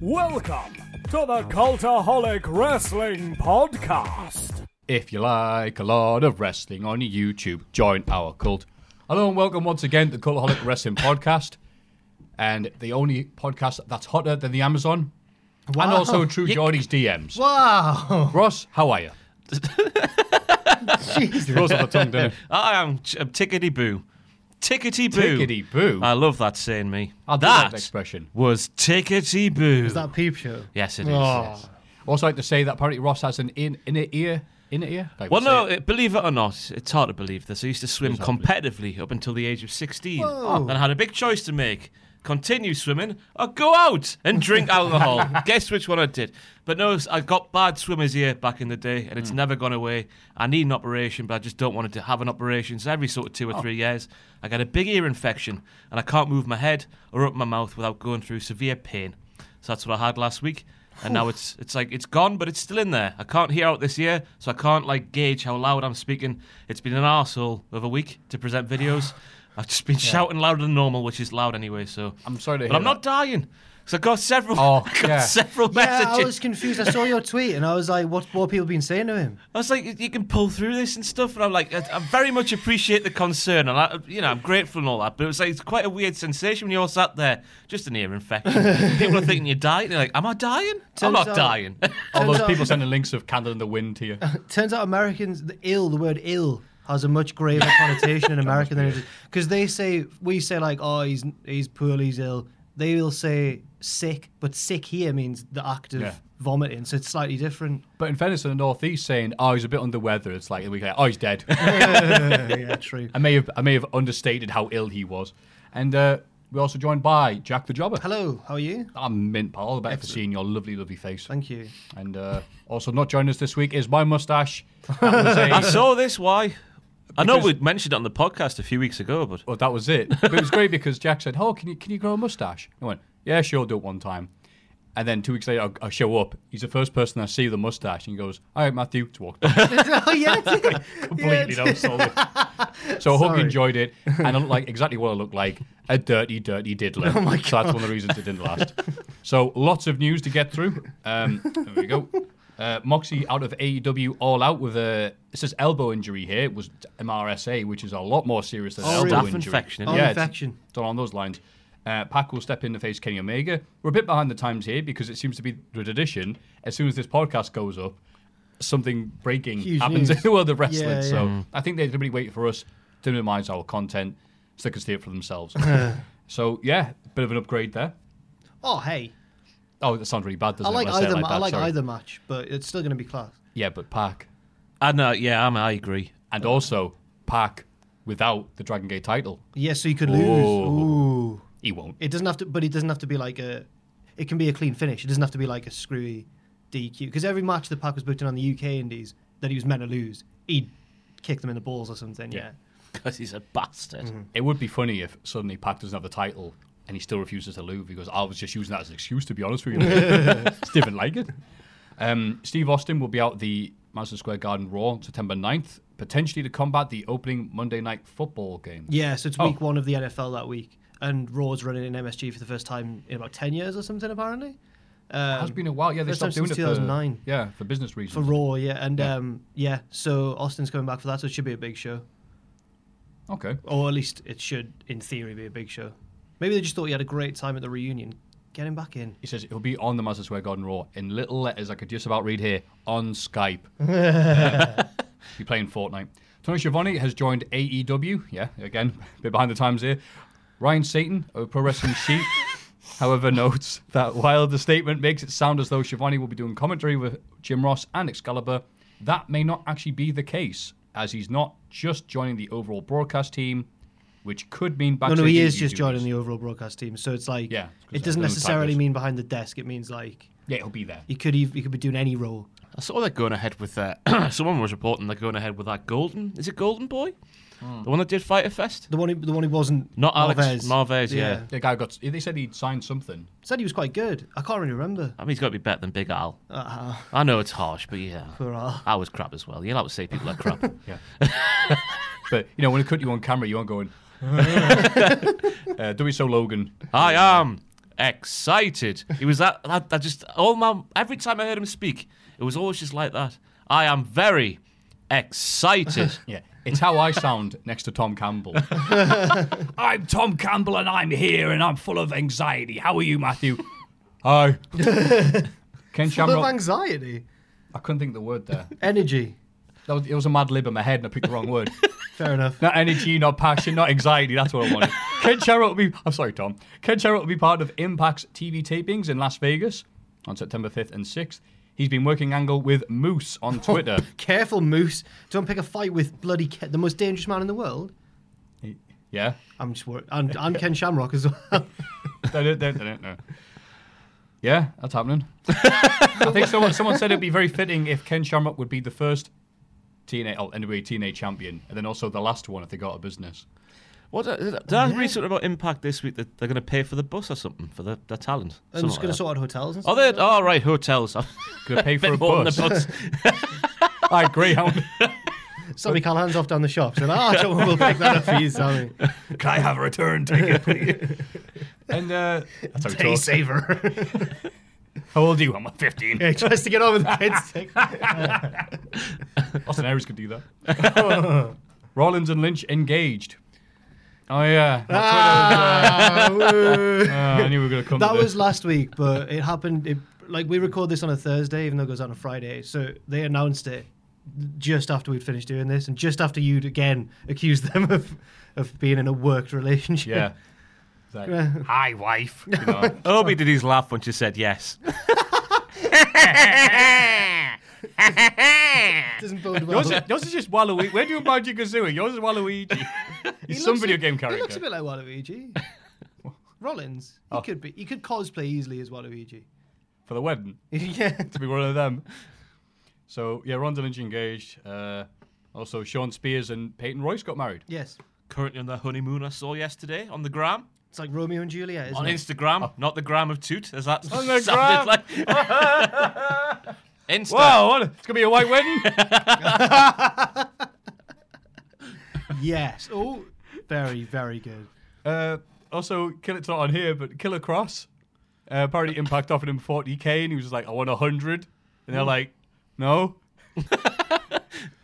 Welcome to the Cultaholic Wrestling Podcast. If you like a lot of wrestling on YouTube, join our cult. Hello and welcome once again to the Cultaholic Wrestling Podcast, and the only podcast that's hotter than the Amazon, and also True Geordie's DMs. Wow. Ross, how are you? Rolls off the tongue, doesn't it? I am ch- um, tickety boo. Tickety boo. Tickety boo. I love that saying, me. I do love that expression. was tickety boo. Is that peep show? yes, it is. Oh. yes. Also, like to say that apparently Ross has an in inner ear. Inner ear? Like Well, we say no, it. it- believe it or not, it's hard to believe this. I used to swim competitively up until the age of 16 and had a big choice to make continue swimming or go out and drink alcohol. Guess which one I did. But no, I got bad swimmer's ear back in the day and it's Hmm. never gone away. I need an operation, but I just don't want to have an operation. So every sort of Oh. two or three years, I get a big ear infection and I can't move my head or open my mouth without going through severe pain. So that's what I had last week. And now it's it's like it's gone, but it's still in there. I can't hear out this year, so I can't like gauge how loud I'm speaking. It's been an arsehole of a week to present videos. I've just been shouting louder than normal, which is loud anyway. So I'm sorry to but hear I'm not dying. So I got several, Oh, I got yeah. several Yeah, messages. I was confused. I saw your tweet and I was like, what, what have people been saying to him? like, you can pull through this and stuff, and I'm like, I, I very much appreciate the concern, and I, you know, I'm grateful and all that. But it was like it's quite a weird sensation when you're all sat there, just an ear infection. People are thinking you're dying. They're like, am I dying? I'm Turns not out- dying. all those Turns out- people sending links of Candle in the Wind to you. Turns out Americans, the ill, the word ill, has a much graver connotation in America than it is. Because they say, we say, like, oh, he's, he's poorly, he's ill. They will say sick, but sick here means the act of Yeah. vomiting. So it's slightly different. But in fairness, in the northeast, saying, "Oh, he's a bit under weather," it's like we go, "Oh, he's dead." yeah, true. I may have I may have understated how ill he was. And uh, we're also joined by Jack the Jobber. Hello, how are you? I'm Mint Pal. Better for seeing your lovely, lovely face. Thank you. And uh, also not joining us this week is my mustache. That was, I a- saw this. Why? I know Because- we mentioned it on the podcast a few weeks ago, but well, that was it. But it was great because Jack said, "Oh, can you can you grow a mustache?" I went, "Yeah, sure, do it one time." And then two weeks later, I, I show up. He's the first person I see with a mustache, and he goes, "All right, Matthew, it's walked." off." oh, yeah, I did. Completely unsolid. So I hope Sorry. you enjoyed it, and I look like exactly what I look like—a dirty, dirty diddler. Oh my god! So that's one of the reasons it didn't last. So lots of news to get through. Um, there we go. Uh, Moxie out of AEW All Out with a it says elbow injury here. It was MRSA, which is a lot more serious than Oh, elbow really? injury. Staph infection, isn't it? Oh, yeah, infection. It's, it's along those lines. Uh, Pac will step in to face Kenny Omega. We're a bit behind the times here because it seems to be the tradition. As soon as this podcast goes up, something breaking Huge happens news. in the world of wrestling. Yeah, So yeah. I think they're really waiting for us to minimise our content so they can see it for themselves. so yeah, bit of an upgrade there. Oh, hey. Oh, that sounds really bad, I doesn't like it? when say it either. ma- that, I like sorry. either match, but it's still going to be class. Yeah, but Pac. I know. Yeah, I'm, I agree. And also Pac without the Dragon Gate title. Yes, so you could lose. Oh. Ooh. He won't. It doesn't have to, but it doesn't have to be like a. It can be a clean finish. It doesn't have to be like a screwy DQ. Because every match the Pac was booked in on the UK Indies that he was meant to lose, he'd kick them in the balls or something. Yeah. Because he's a bastard. Mm-hmm. It would be funny if suddenly Pac doesn't have the title and he still refuses to leave because I was just using that as an excuse to be honest with you. Just didn't like it. Um, Steve Austin will be out the Madison Square Garden Raw on September 9th, potentially to combat the opening Monday night football game. Yeah. So it's Oh. week one of the NFL that week, and Raw's running in MSG for the first time in about ten years or something apparently. It has been a while. Yeah, they first time stopped doing since it for- 2009. yeah, for business For reasons. Raw, yeah, and um, yeah, so Austin's coming back for that, so it should be a big show, Okay. or at least it should, in theory, be a big show. Maybe they just thought he had a great time at the reunion. Get him back in. He says it'll be on the Madison Square Garden Raw in little letters I could just about read here on Skype. Be playing Fortnite. Tony Schiavone has joined AEW. Yeah, again, a bit behind the times here. Ryan Satan of Pro Wrestling Sheet, however, notes that while the statement makes it sound as though Schiavone will be doing commentary with Jim Ross and Excalibur, that may not actually be the case, as he's not just joining the overall broadcast team, which could mean No, backstage. no, he is just interviews. joining the overall broadcast team. So it's like, Yeah, 'cause it there's doesn't no necessarily titles. mean behind the desk. It means like Yeah, he'll be there. he could ev- he could be doing any role. I saw they're going ahead with that. Someone was reporting they're going ahead with that Golden. Is it Golden Boy? Hmm. The one that did Fighter Fest? The one who, the one who wasn't Not Alex Marvez. Marvez, yeah. The guy got. They said he'd signed something. said he was quite good. I can't really remember. I mean, he's got to be better than Big Al. I know it's harsh, but yeah. Uh-huh. Poor Al. I was crap as well. You're allowed to say people are crap. Yeah. but you know, when they cut you on camera, you aren't going. uh, do we so Logan? I am excited. He was that, that, that just, all my, every time I heard him speak, it was always just like that. I am very excited. Yeah, it's how I sound next to Tom Campbell. I'm Tom Campbell, and I'm here, and I'm full of anxiety. How are you, Matthew? Hi. Ken Love Shamrock. anxiety, I couldn't think of the word there. energy. That was, it was a mad lib in my head, and I picked the wrong word. Fair enough. Not energy, not passion, not anxiety. That's what I wanted. Ken Shamrock will be. I'm sorry, Tom. Ken Shamrock will be part of Impact's TV tapings in Las Vegas on September 5th and 6th. He's been working angle with Moose on Twitter. Careful, Moose. Don't pick a fight with bloody Ke- the most dangerous man in the world. yeah. I'm just worried. And, and Ken Shamrock as well. Don't- don't- don't know. Yeah, that's happening. I think someone someone said it'd be very fitting if Ken Shamrock would be the first TNA, oh, anyway, TNA champion, and then also the last one if they go out of business. What Oh, uh, did I read something about Impact this week that they're going to pay for the bus or something for the, the talent? I'm just going to sort out hotels and Oh, stuff. they all right hotels. A Gonna pay for a bit more than bus. the bus. Aye, Greyhound. Sammy Callahan's off down the shop. So, ah, oh, we'll pick that up for you, Sammy. Can I have a return ticket, please? and uh, that's how he Hey, talks. saver. How old are you? I'm 15. he tries to get on with the kids. Austin Aries could do that. Rollins and Lynch engaged. Oh yeah, uh, Ah, Uh, I knew we were gonna come. that to this. was last week, but it happened. It, like we record this on a Thursday, even though it goes out on a Friday. So they announced it just after we'd finished doing this, and just after you'd again accused them of of being in a worked relationship. yeah. It's like, Hi, wife. You know, Obi did his laugh when she said yes. doesn't bode well. yours, is, yours is just Waluigi. Where do you Banjo Kazooie? Yours is Waluigi. He's some video game He looks character. Oh. a bit like Waluigi. Rollins, he could be. He could cosplay easily as Waluigi. for the wedding. yeah. to be one of them. So yeah, Ronda Lynch engaged. Uh, also, Sean Spears and Peyton Royce got married. Yes. Currently on their honeymoon, I saw yesterday on the gram. It's like Romeo and Juliet, isn't On it? Instagram, not the gram of Toot, as that On the sounded gram. like. Insta. Wow, what a- it's gonna be a white wedding. Yes. Oh, very, very good. Uh, also, Kill it's not on here, but Killer Cross. Uh, apparently, Impact offered him 40k, and he was like, "I want 100," and they're like, "No." bit,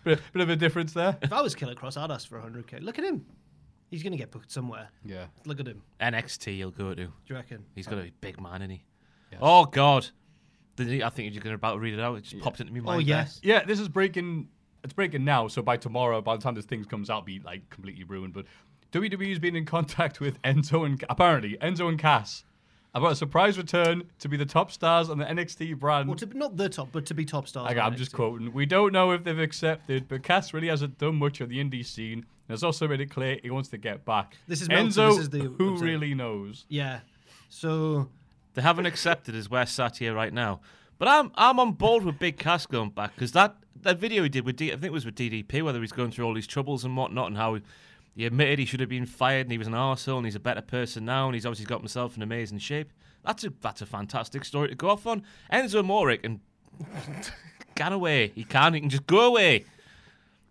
bit of a difference there. If I was Killer Cross, I'd ask for 100k. Look at him. He's going to get booked somewhere. Yeah. Look at him. NXT, he'll go to. Do you reckon? He's got to be a big man, isn't he? Oh, God. Did he, I think you're going to about to read it out. It just popped into my Oh, mind. there. yes. Yeah, this is breaking. It's breaking now, so by tomorrow, by the time this thing comes out, it'll be like completely ruined. But WWE's been in contact with Enzo and apparently Enzo and Cass about a surprise return to be the top stars on the NXT brand. Well, to, be- not the top, but to be top star. I, am just quoting. We don't know if they've accepted, but Cass really hasn't done much of the indie scene, and has also made it clear he wants to get back. This is Meltzer, Enzo. this is the- who I'm sorry. really knows? Yeah. So, They haven't accepted as we're sat here right now. But I'm I'm on board with Big Cass going back because that, that video he did with D, I think it was with DDP, whether he's going through all these troubles and whatnot, and how he, he admitted he should have been fired and he was an arsehole and he's a better person now and he's obviously got himself in amazing shape. That's a that's a fantastic story to go off on. Enzo Morick and can away. He can. He can just go away.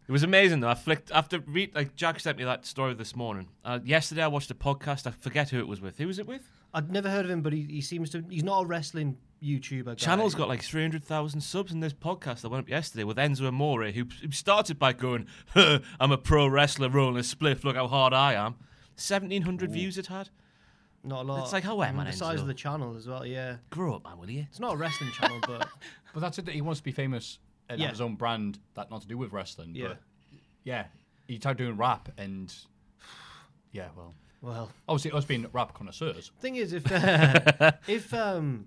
It was amazing though. I flicked after read like Jack sent me that story this morning. Uh, yesterday I watched a podcast. I forget who it was with. Who was it with? I'd never heard of him, but he, he seems to. He's not a wrestling YouTuber. Guy. Channel's got like 300,000 subs in this podcast that went up yesterday with Enzo Amore, who, who started by going, huh, I'm a pro wrestler rolling a spliff, look how hard I am. 1,700 views it had. Not a lot. It's like, oh, where And my The name's size of Will. the channel as well, yeah. Grow up, man, will you? It's not a wrestling channel, but But that's it. He wants to be famous and Yeah. have his own brand. That not to do with wrestling. Yeah. But yeah. He tried doing rap and yeah. Well, well. obviously us being rap connoisseurs. Thing is, if if um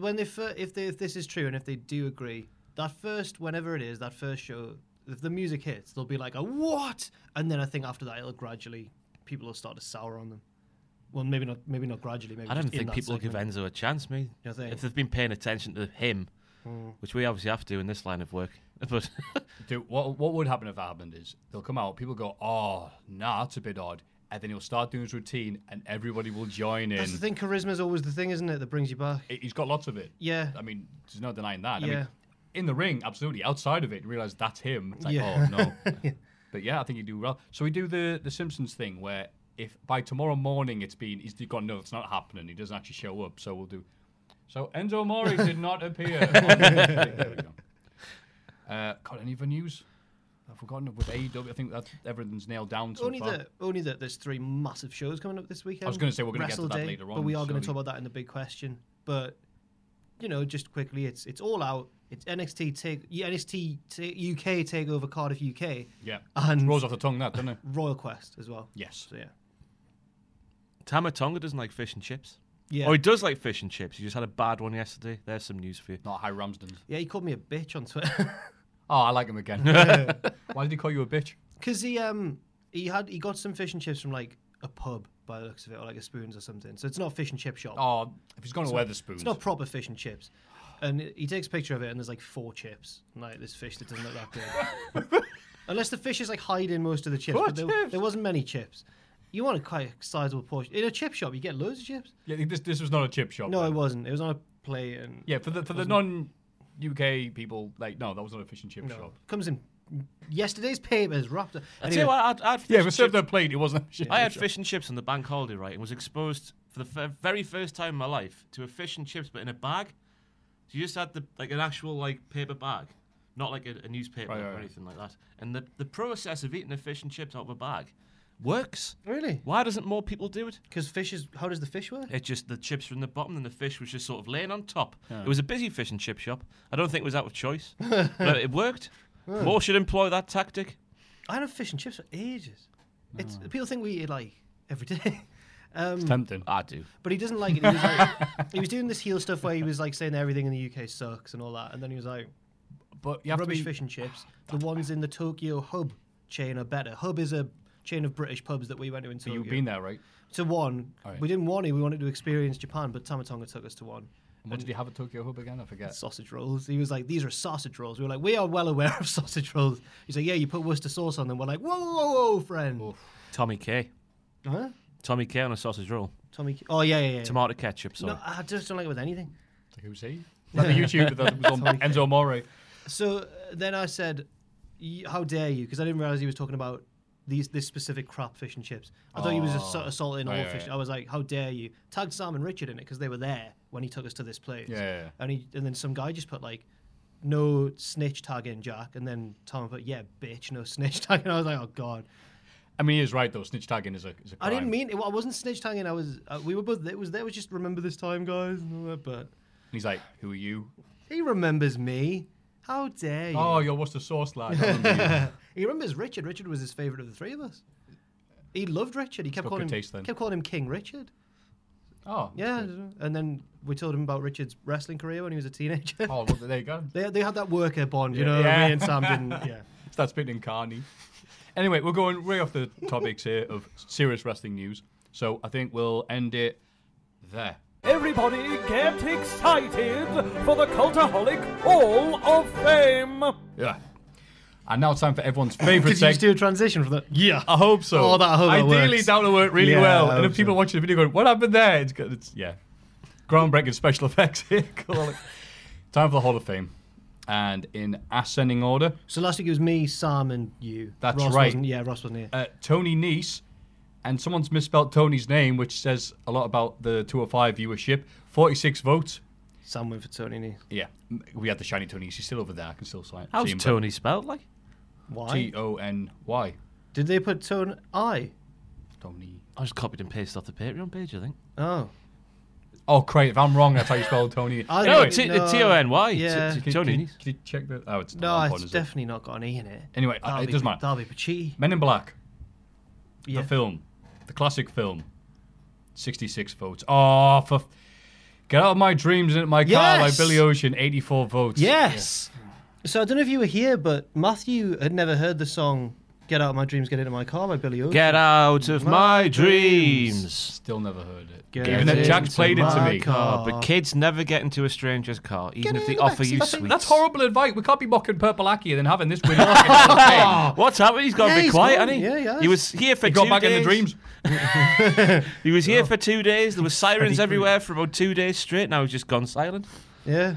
when they fir- if they, if this is true and if they do agree, that first whenever it is that first show, if the music hits, they'll be like a what, and then I think after that it'll gradually people will start to sour on them. Well, maybe not. Maybe not gradually. Maybe I don't just in think that people give segment. Enzo a chance, me. You think? If they've been paying attention to him, Mm. which we obviously have to in this line of work. But Dude, what what would happen if that happened is they'll come out, people go, oh, nah, it's a bit odd, and then he'll start doing his routine, and everybody will join in. That's the thing. Charisma's always the thing, isn't it? That brings you back. He- He's got lots of it. Yeah. I mean, there's no denying that. I Yeah. mean, in the ring, absolutely. Outside of it, you realize that's him. It's like, Yeah. oh no. But yeah, I think you do well. So we do the the Simpsons thing where if by tomorrow morning it's been he's gone no, it's not happening. He doesn't actually show up. So we'll do. So Enzo Mori did not appear. on Wednesday. there we go. Uh, got any other news? I've forgotten with AEW. I think that's everything's nailed down so only far. that, only that. There's three massive shows coming up this weekend. I was gonna say we're gonna get to Wrestle that Day, later but on, we are going so- to talk about that in the big question. But you know, just quickly, it's it's all out. It's NXT take yeah, NXT ta- UK takeover Cardiff UK Yeah, and rolls off the tongue that, doesn't it? Royal Quest as well. Yes. So yeah, Tama Tonga doesn't like fish and chips. yeah, Oh, he does like fish and chips. He just had a bad one yesterday. There's some news for you. Not High Ramsden's. yeah. He called me a bitch on Twitter Oh, I like him again. Why did he call you a bitch? because he um he had he got some fish and chips from like a pub by the looks of it, or like a spoons or something. So it's not a fish and chip shop. Oh, if he's gone to Weatherspoons. It's not proper fish and chips. And he takes a picture of it, and there's like four chips. And, Like this fish that doesn't look that good. Unless the fish is like hiding most of the chips. Four but there, chips? there wasn't many chips. You want a quite sizable portion in a chip shop. You get loads of chips. Yeah, this this was not a chip shop. No, then. it wasn't. It was on a plate, and Yeah, for the for the non UK people, like no, that was not a fish and chip no. shop. comes in yesterday's papers wrapped up. I tell you what, I'd, I'd Yeah, if it served their plate, it wasn't. A fish and I chip had shop. fish and chips on the bank holiday, right, and was exposed for the f- very first time in my life to a fish and chips, but in a bag. So you just had the like an actual like paper bag, not like a, a newspaper Right, or right, right. anything like that. And the the process of eating the fish and chips out of a bag works. Really? Why doesn't more people do it? Because fish is how does the fish work? It just the chips were in the bottom, and the fish was just sort of laying on top. It was a busy fish and chip shop. I don't think it was out of choice, but it worked. More should employ that tactic. I had fish and chips for ages. It's people think we eat it like every day. Um, It's tempting. I do. But he doesn't like it. He was, like, he was doing this heel stuff where he was like saying everything in the UK sucks and all that, and then he was like But you have rubbish to be, fish and chips. The ones in the Tokyo Hub chain are better. Hub is a chain of British pubs that we went to in Tokyo. You've been there, Oh, right? to one. Alright. We didn't want to. We wanted to experience Japan, but Tamatonga took us to one. And what did you have at Tokyo Hub again? I forget. Sausage rolls. He was like, "These are sausage rolls." We were like, "We are well aware of sausage rolls." He's like, "Yeah, you put Worcester sauce on them." We're like, "Whoa, whoa, whoa, friend!" Tommy K. Huh? Tommy K on a sausage roll. Tommy. Oh yeah, yeah, yeah. Tomato ketchup. Sorry. No, I just don't like it with anything. It's like, Who's he? Like the YouTuber that was on Enzo More. So uh, then I said, "Y- "How dare you?" Because I didn't realize he was talking about these this specific crap fish and chips. I thought he was just assault- assaulting all Oh. Right, right, fish. right. I was like, "How dare you?" Tagged Sam and Richard in it because they were there when he took us to this place. Yeah, yeah, yeah. And he and then some guy just put like, "No snitch tag in Jack," and then Tom put, "Yeah, bitch, no snitch tag." And I was like, "Oh God." I mean, he is right though. Snitch tagging is a is a I crime. didn't mean it. I wasn't snitch tagging. I was. Uh, we were both. It was. There was just remember this time, guys. And all that, but And he's like, who are you? he remembers me. How dare you? Oh, you're what's the sauce lad? I remember you. He remembers Richard. Richard was his favourite of the three of us. He loved Richard. He kept got calling him good taste then. kept calling him King Richard. Oh, that's Yeah, good. and then we told him about Richard's wrestling career when he was a teenager. Oh, well, there you go. They, they had that worker bond, you know. Yeah. Me and Sam didn't. Yeah, That's been in Carney. Anyway, we're going way off the topics here of serious wrestling news. So I think we'll end it there. Everybody get excited for the Cultaholic Hall of Fame! Yeah. And now it's time for everyone's favourite did you just segment. do a transition from that? Yeah, I hope so. Oh, that I hope that Ideally, works. that will work really Yeah, well. I And if hope people so. watching the video going, "What happened there?" It's good. It's yeah, groundbreaking special effects here. Cool. time for the Hall of Fame, and in ascending order, So last week it was me, Sam, and you. That's Ross right. Wasn't, yeah, Ross wasn't here. uh, Tony Nice, and someone's misspelled Tony's name, which says a lot about the 205 viewership. 46 votes. Sam went for Tony. Nee. Yeah, m- we had the shiny Tony. He's still over there. I can still sign. How's Tony spelled like? Why T O N Y. did they put Tony? I Tony. I just copied and pasted off the Patreon page, I think. Oh. Oh, great. If I'm wrong, that's how you spell Tony. I No, think- T- no. T O N Y. Yeah. Could- T- T- could you- Tony. could you check that? Oh, it's No, not on it's point, is it? definitely not got an E in it. Anyway, uh, That'll it be- doesn't matter. That'll be Pachy. Men in Black, Yeah. the film, the classic film, 66 votes. Oh, for. f- Get out of my dreams and into my car Yes! by Billy Ocean, 84 votes. Yes. So I don't know if you were here, but Matthew had never heard the song "Get Out of My Dreams, Get Into My Car" by Billy Ocean. Get out of my dreams. Still never heard it. Get Even though Jack's into played it to my me. car. Oh, But kids never get into a stranger's car, even if they in the offer backseat. you That's- sweets. That's horrible advice. We can't be mocking Purple Aki and then having this win. He What's happened? He's got Yeah, to be he's quiet, gone. hasn't he? Yeah, he has. He was here for got two back days. in the dreams. Oh. He was here for two days. There were sirens everywhere for about two days straight. Now he's just gone silent. Yeah.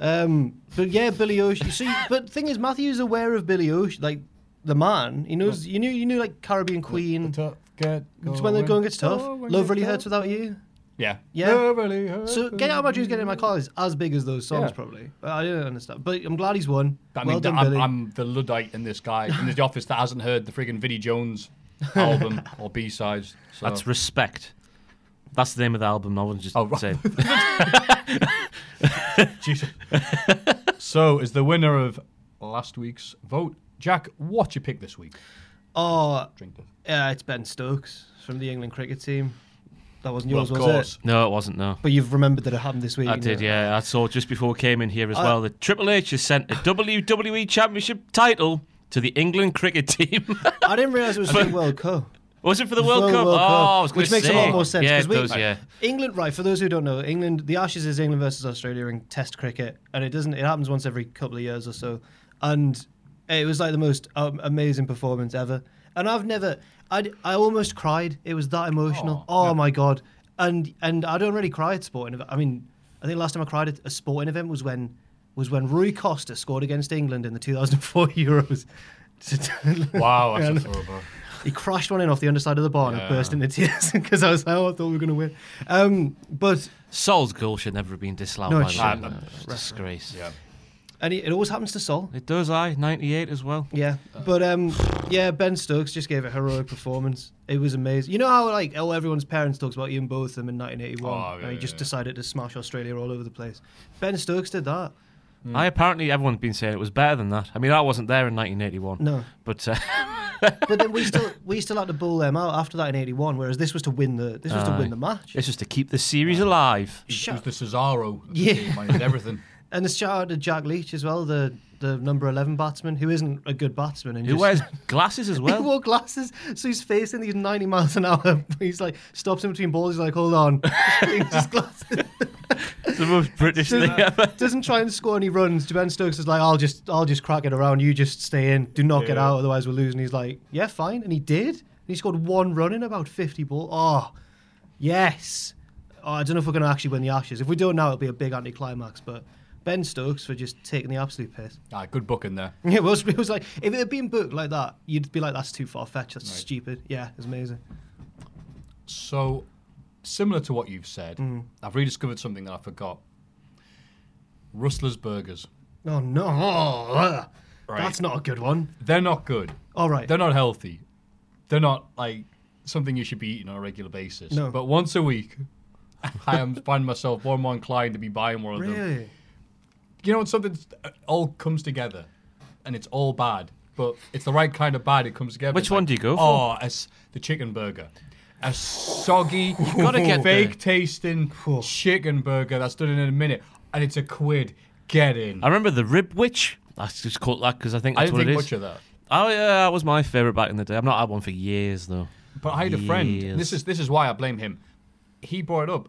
Um, but yeah, Billy Ocean. So, you, but the thing is, Matthew's aware of Billy Ocean, like the man. He knows. You knew. You knew like Caribbean Queen. It's when the going gets tough. Love really hurts without you. Yeah. Yeah. Love really hurts. So get out of my dreams, get in my car is as big as those songs Yeah. probably. But I didn't understand. But I'm glad he's won. I mean, well done, I'm, Billy. I'm the Luddite in this guy, in the office that hasn't heard the friggin' Vinnie Jones album or B-sides. So. That's respect. That's the name of the album. No one's just Oh, right. saying. Jesus. so, is the winner of last week's vote, Jack, what you pick this week? oh, Drink this. yeah, it's Ben Stokes from the England cricket team. That wasn't Well, yours, of was course. it? No, it wasn't. No. But you've remembered that it happened this week. I did, yeah. I saw just before we came in here as I- well that Triple H has sent a WWE Championship title to the England cricket team. I didn't realise it was for the World Cup. was it for the For World the Cup? World oh, I was Cup, which gonna makes a say. lot more sense. Yeah, 'cause it we- does, yeah. England, right? For those who don't know, England, the Ashes is England versus Australia in Test cricket, and it doesn't. It happens once every couple of years or so, and it was like the most um, amazing performance ever. And I've never, I, I almost cried. It was that emotional. Oh, my god! And and I don't really cry at sporting. ev- I mean, I think last time I cried at a sporting event was when was when Rui Costa scored against England in the 2004 Euros. Wow, that's a throwback. He crashed one in off the underside of the bar and I burst into tears because I was like, oh, I thought we were going to win. Um, but Sol's goal should never have been disallowed No, it by that. shouldn't. No, it's a disgrace. Yeah. and it, it always happens to Sol. It does, I. 98 as well. Yeah, but um, yeah, Ben Stokes just gave a heroic performance. It was amazing. You know how like oh everyone's parents talks about Ian Botham in 1981, Oh, yeah, and he yeah, just yeah. decided to smash Australia all over the place. Ben Stokes did that. Mm. I apparently everyone's been saying it was better than that. I mean, I wasn't there in 1981. No. but uh, But then we still we still had to bowl them out after that in 81, whereas this was to win the this was to win the match. it's just to keep the series alive. He- He Shut- was the Cesaro. Of the Yeah. team, and he did everything. And a shout out to Jack Leach as well, the the number 11 batsman who isn't a good batsman and Who just- wears glasses as He well? wore glasses, so he's facing these 90 miles an hour. He's like, stops in between balls. He's like, hold on. His glasses. the most British thing ever. Doesn't try and score any runs. Ben Stokes is like, I'll just, I'll just crack it around. You just stay in. Do not get out, otherwise we're losing. He's like, yeah, fine. And he did. And he scored one run in about 50 ball. Oh, yes. Oh, I don't know if we're going to actually win the Ashes. If we don't now, it'll be a big anticlimax. But Ben Stokes for just taking the absolute piss. Ah, good book in there. It was, it was like, if it had been booked like that, you'd be like, that's too far fetched. That's stupid. Yeah, it's amazing. So, similar to what you've said, Mm. I've rediscovered something that I forgot. Rustler's Burgers. Oh no! Oh, ugh. Right. That's not a good one. They're not good. All right. They're not healthy. They're not like something you should be eating on a regular basis. No. But once a week, I am find myself more and more inclined to be buying one of them. Really? You know, when something uh, all comes together, and it's all bad, but it's the right kind of bad. It comes together. Which It's one like, do you go Oh, as the chicken burger. A soggy, gotta get fake tasting chicken burger that's done in a minute, and it's a quid. Get in. I remember the Rib Witch. That's just called that because I think I that's didn't what think it is. much of that. Oh yeah, that was my favorite back in the day. I've not had one for years though. But I had a friend. Years. and This is this is why I blame him. He brought it up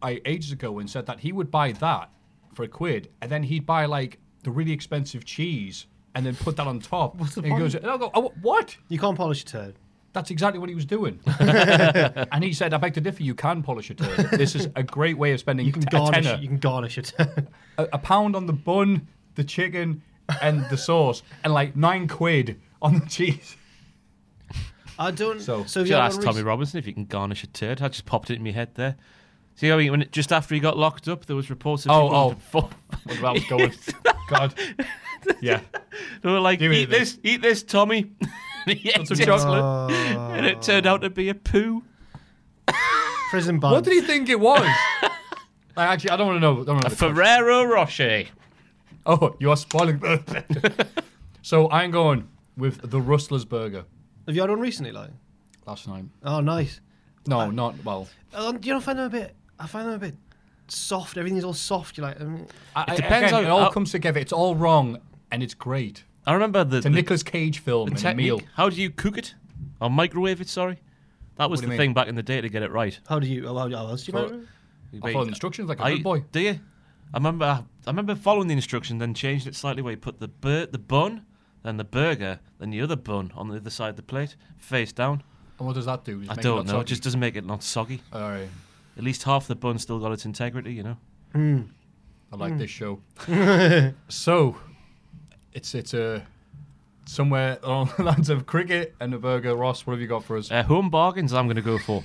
I, ages ago and said that he would buy that for a quid, and then he'd buy like the really expensive cheese and then put that on top. What's the and he goes, point? and I go, oh, what? You can't polish a turd. That's exactly what he was doing. and he said, I beg to differ. You can polish a turd. This is a great way of spending You can t- a garnish. tenner. You can garnish a turd. A, a pound on the bun, the chicken, and the sauce, and like nine quid on the cheese. I don't. So- so have Should you had ask one Tommy rec- Robinson if you can garnish a turd. I just popped it in my head there. See how he, when it, just after he got locked up, there was reports of Oh, people oh. with the- What about going? God. Yeah. they were like, Give me "Eat this." this, eat this, Tommy." And he ate some Oh. it. chocolate. and it turned out to be a poo. prison band. What did he think it was? like, actually, I don't want to know. Don't wanna know the question. Ferrero Rocher. Oh, you are spoiling. so I'm going with the Rustler's Burger Have you had one recently, like? last night. Oh, nice. No, not well. Um, do you not find them a bit? I find them a bit soft. Everything's all soft. You're like, um, I, it depends depends on- it all how- comes together. It's all wrong, and it's great. I remember the, It's a the- Nicolas Cage film the and a technique. meal. How do you cook it? Or microwave it? Sorry, that was What do the you thing mean? back in the day to get it right. how do you? oh, How, how else do you? Well, make it? I Wait, followed instructions like a I- good boy. Do you? I remember. I remember following the instruction, then changed it slightly where you put the bur- the bun, then the burger, then the other bun on the other side of the plate, face down. And what does that do? Just I make it don't not know. It soggy? just doesn't make it not soggy. All right. At least half the bun still got its integrity, you know. I like this show. Hmm. so, it's it's a somewhere along the lines of cricket and a burger. Ross, what have you got for us? Uh, home bargains. I'm going to go for.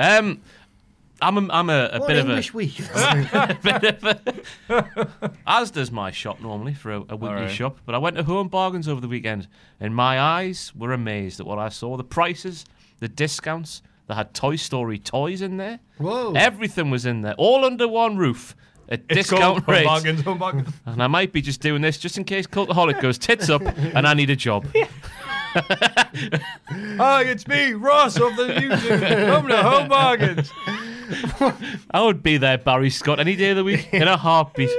Um, I'm a, I'm a, a What bit of a English week? As does my shop normally for a, a weekly Alright. shop, but I went to Home Bargains over the weekend, and my eyes were amazed at what I saw. The prices, the discounts. They had Toy Story toys in there. Whoa. Everything was in there, all under one roof at It's called discount Home rates. Bargains, Home Bargains. And I might be just doing this just in case Cultaholic goes tits up and I need a job. Hi, it's me, Ross of the YouTube. Come to Home Bargains. I would be there, Barry Scott, any day of the week in a heartbeat.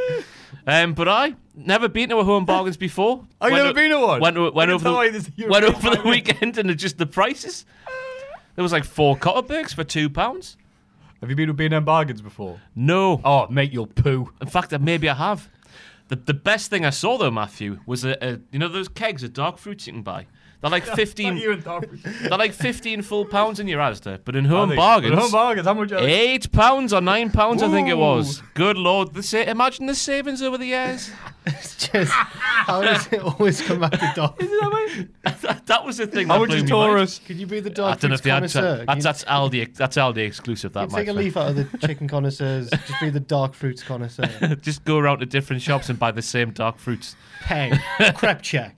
Um, but I never been to a home bargains before. Oh, you Went never o- been to one? Went, o- went I over the thought this- you were went really over the weekend and it just the prices. There was like four Cotterbergs for two pounds. Have you been to B&M Bargains before? No, Oh, mate, you'll poo. in fact, uh, maybe I have. The, the best thing I saw though, Matthew, was a, a you know those kegs of dark fruits you can buy. They're like fifteen. they're like fifteen full pounds in your Asda, but in home bargains, Eh, Home Bargains, how much? Are they? Eight pounds or nine pounds, I think it Ooh. was. Good lord, the sa- imagine the savings over the years. Just, how does it always come back to dog? that was the thing. How much that blew is me mind. Taurus? Could you be the I dog? don't know if they had. To, connoisseur? Can that's you- that's Aldi. That's Aldi exclusive. That can you take a might be. leaf out of the chicken connoisseurs. Just be the dark fruits connoisseur. Just go around to different shops and buy the same dark fruits. Pang. Crap check.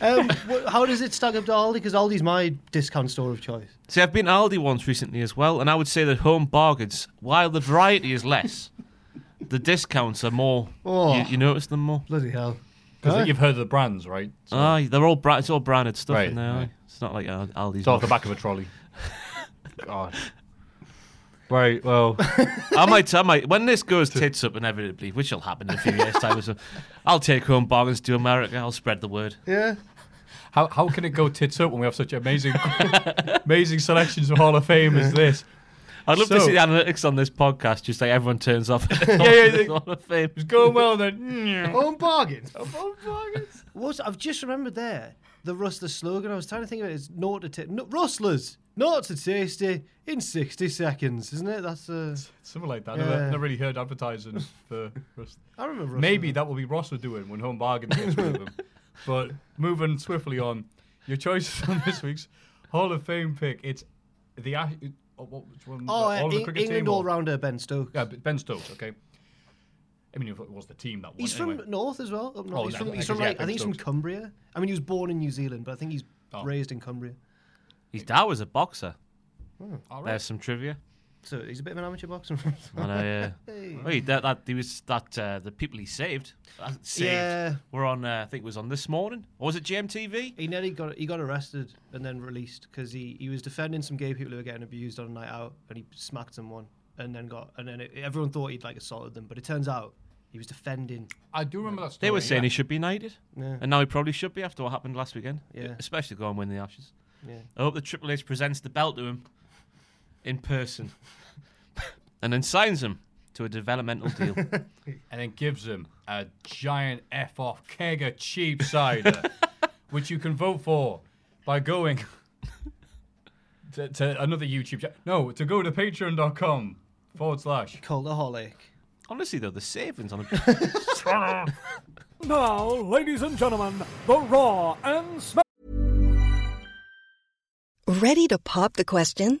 um, wh- how does it stack up to Aldi? Because Aldi's my discount store of choice. See, I've been to Aldi once recently as well, and I would say that home bargains, while the variety is less, the discounts are more. Oh. You, you notice them more. Bloody hell. Because you've heard of the brands, right? So Ah, they're all brand. It's all branded stuff Right, in there. right. It's not like uh, Aldi's. it's off the not- back of a trolley. God. Right, well, I might, I might. When this goes tits up inevitably, which will happen in a few years' time, or so, I'll take home bargains to America. I'll spread the word. Yeah. how, how can it go tits up when we have such amazing amazing selections of Hall of Fame as this? I'd love to So- see the analytics on this podcast. Just like everyone turns off. yeah, yeah, they- Hall of Fame. It's going well then. Home bargains. Home Bargains. What I've just remembered there, the Rustler slogan. I was trying to think of it. It's naught to t- no, Rustlers, naught to tasty in sixty seconds, isn't it? That's uh, Something like that. Yeah. Never, never really heard advertising for Rust. I remember. Rustler. Maybe that will be Ross will do it when Home Bargains gets rid of him. But moving swiftly on, your choices on this week's Hall of Fame pick. It's the Ash- oh, what, which one? Oh, all uh, of the Eng- cricket England team or- all rounder Ben Stokes. Yeah, but Ben Stokes. Okay. I mean, if it was the team that won. he's anyway. from North as well. Up north. Oh, he's yeah, from, I he's guess, from yeah, like, I Ben think he's from Stokes. Cumbria. I mean, he was born in New Zealand, but I think he's Oh. raised in Cumbria. His dad was a boxer. Hmm, All right. There's some trivia. So he's a bit of an amateur boxer. And I, uh, wait, that, that he was that uh, the people he saved, uh, saved Yeah. were on. Uh, I think it was on this morning, or was it GMTV? he nearly got he got arrested and then released because he, he was defending some gay people who were getting abused on a night out and he smacked someone and then got and then it, everyone thought he'd like assaulted them but it turns out he was defending I do remember that story. They were saying Oh, yeah. he should be knighted, Yeah. and now he probably should be after what happened last weekend. Yeah. Especially go and win the Ashes. Yeah. I hope the Triple H presents the belt to him in person, and then signs him to a developmental deal. and then gives him a giant f off keg of cheap cider, which you can vote for by going to, to another YouTube channel. No, to go to patreon.com forward slash. cultaholic. Honestly, though, the savings on the Now, ladies and gentlemen, the raw and smack. Ready to pop the question?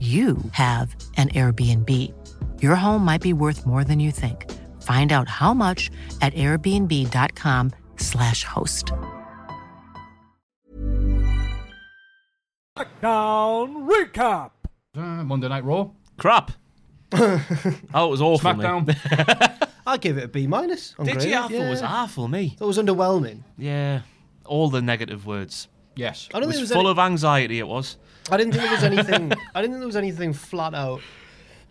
you have an Airbnb. Your home might be worth more than you think. Find out how much at airbnb.com/slash host. Down recap. Uh, Monday Night Raw. Crap. oh, it was awful. mate. SmackDown. I'll give it a B minus. on Did grade, you? I thought yeah. it was awful, me. That was underwhelming. Yeah. All the negative words. yes. I It don't was think there full was any- of anxiety, it was. I didn't think there was anything. I didn't think there was anything flat out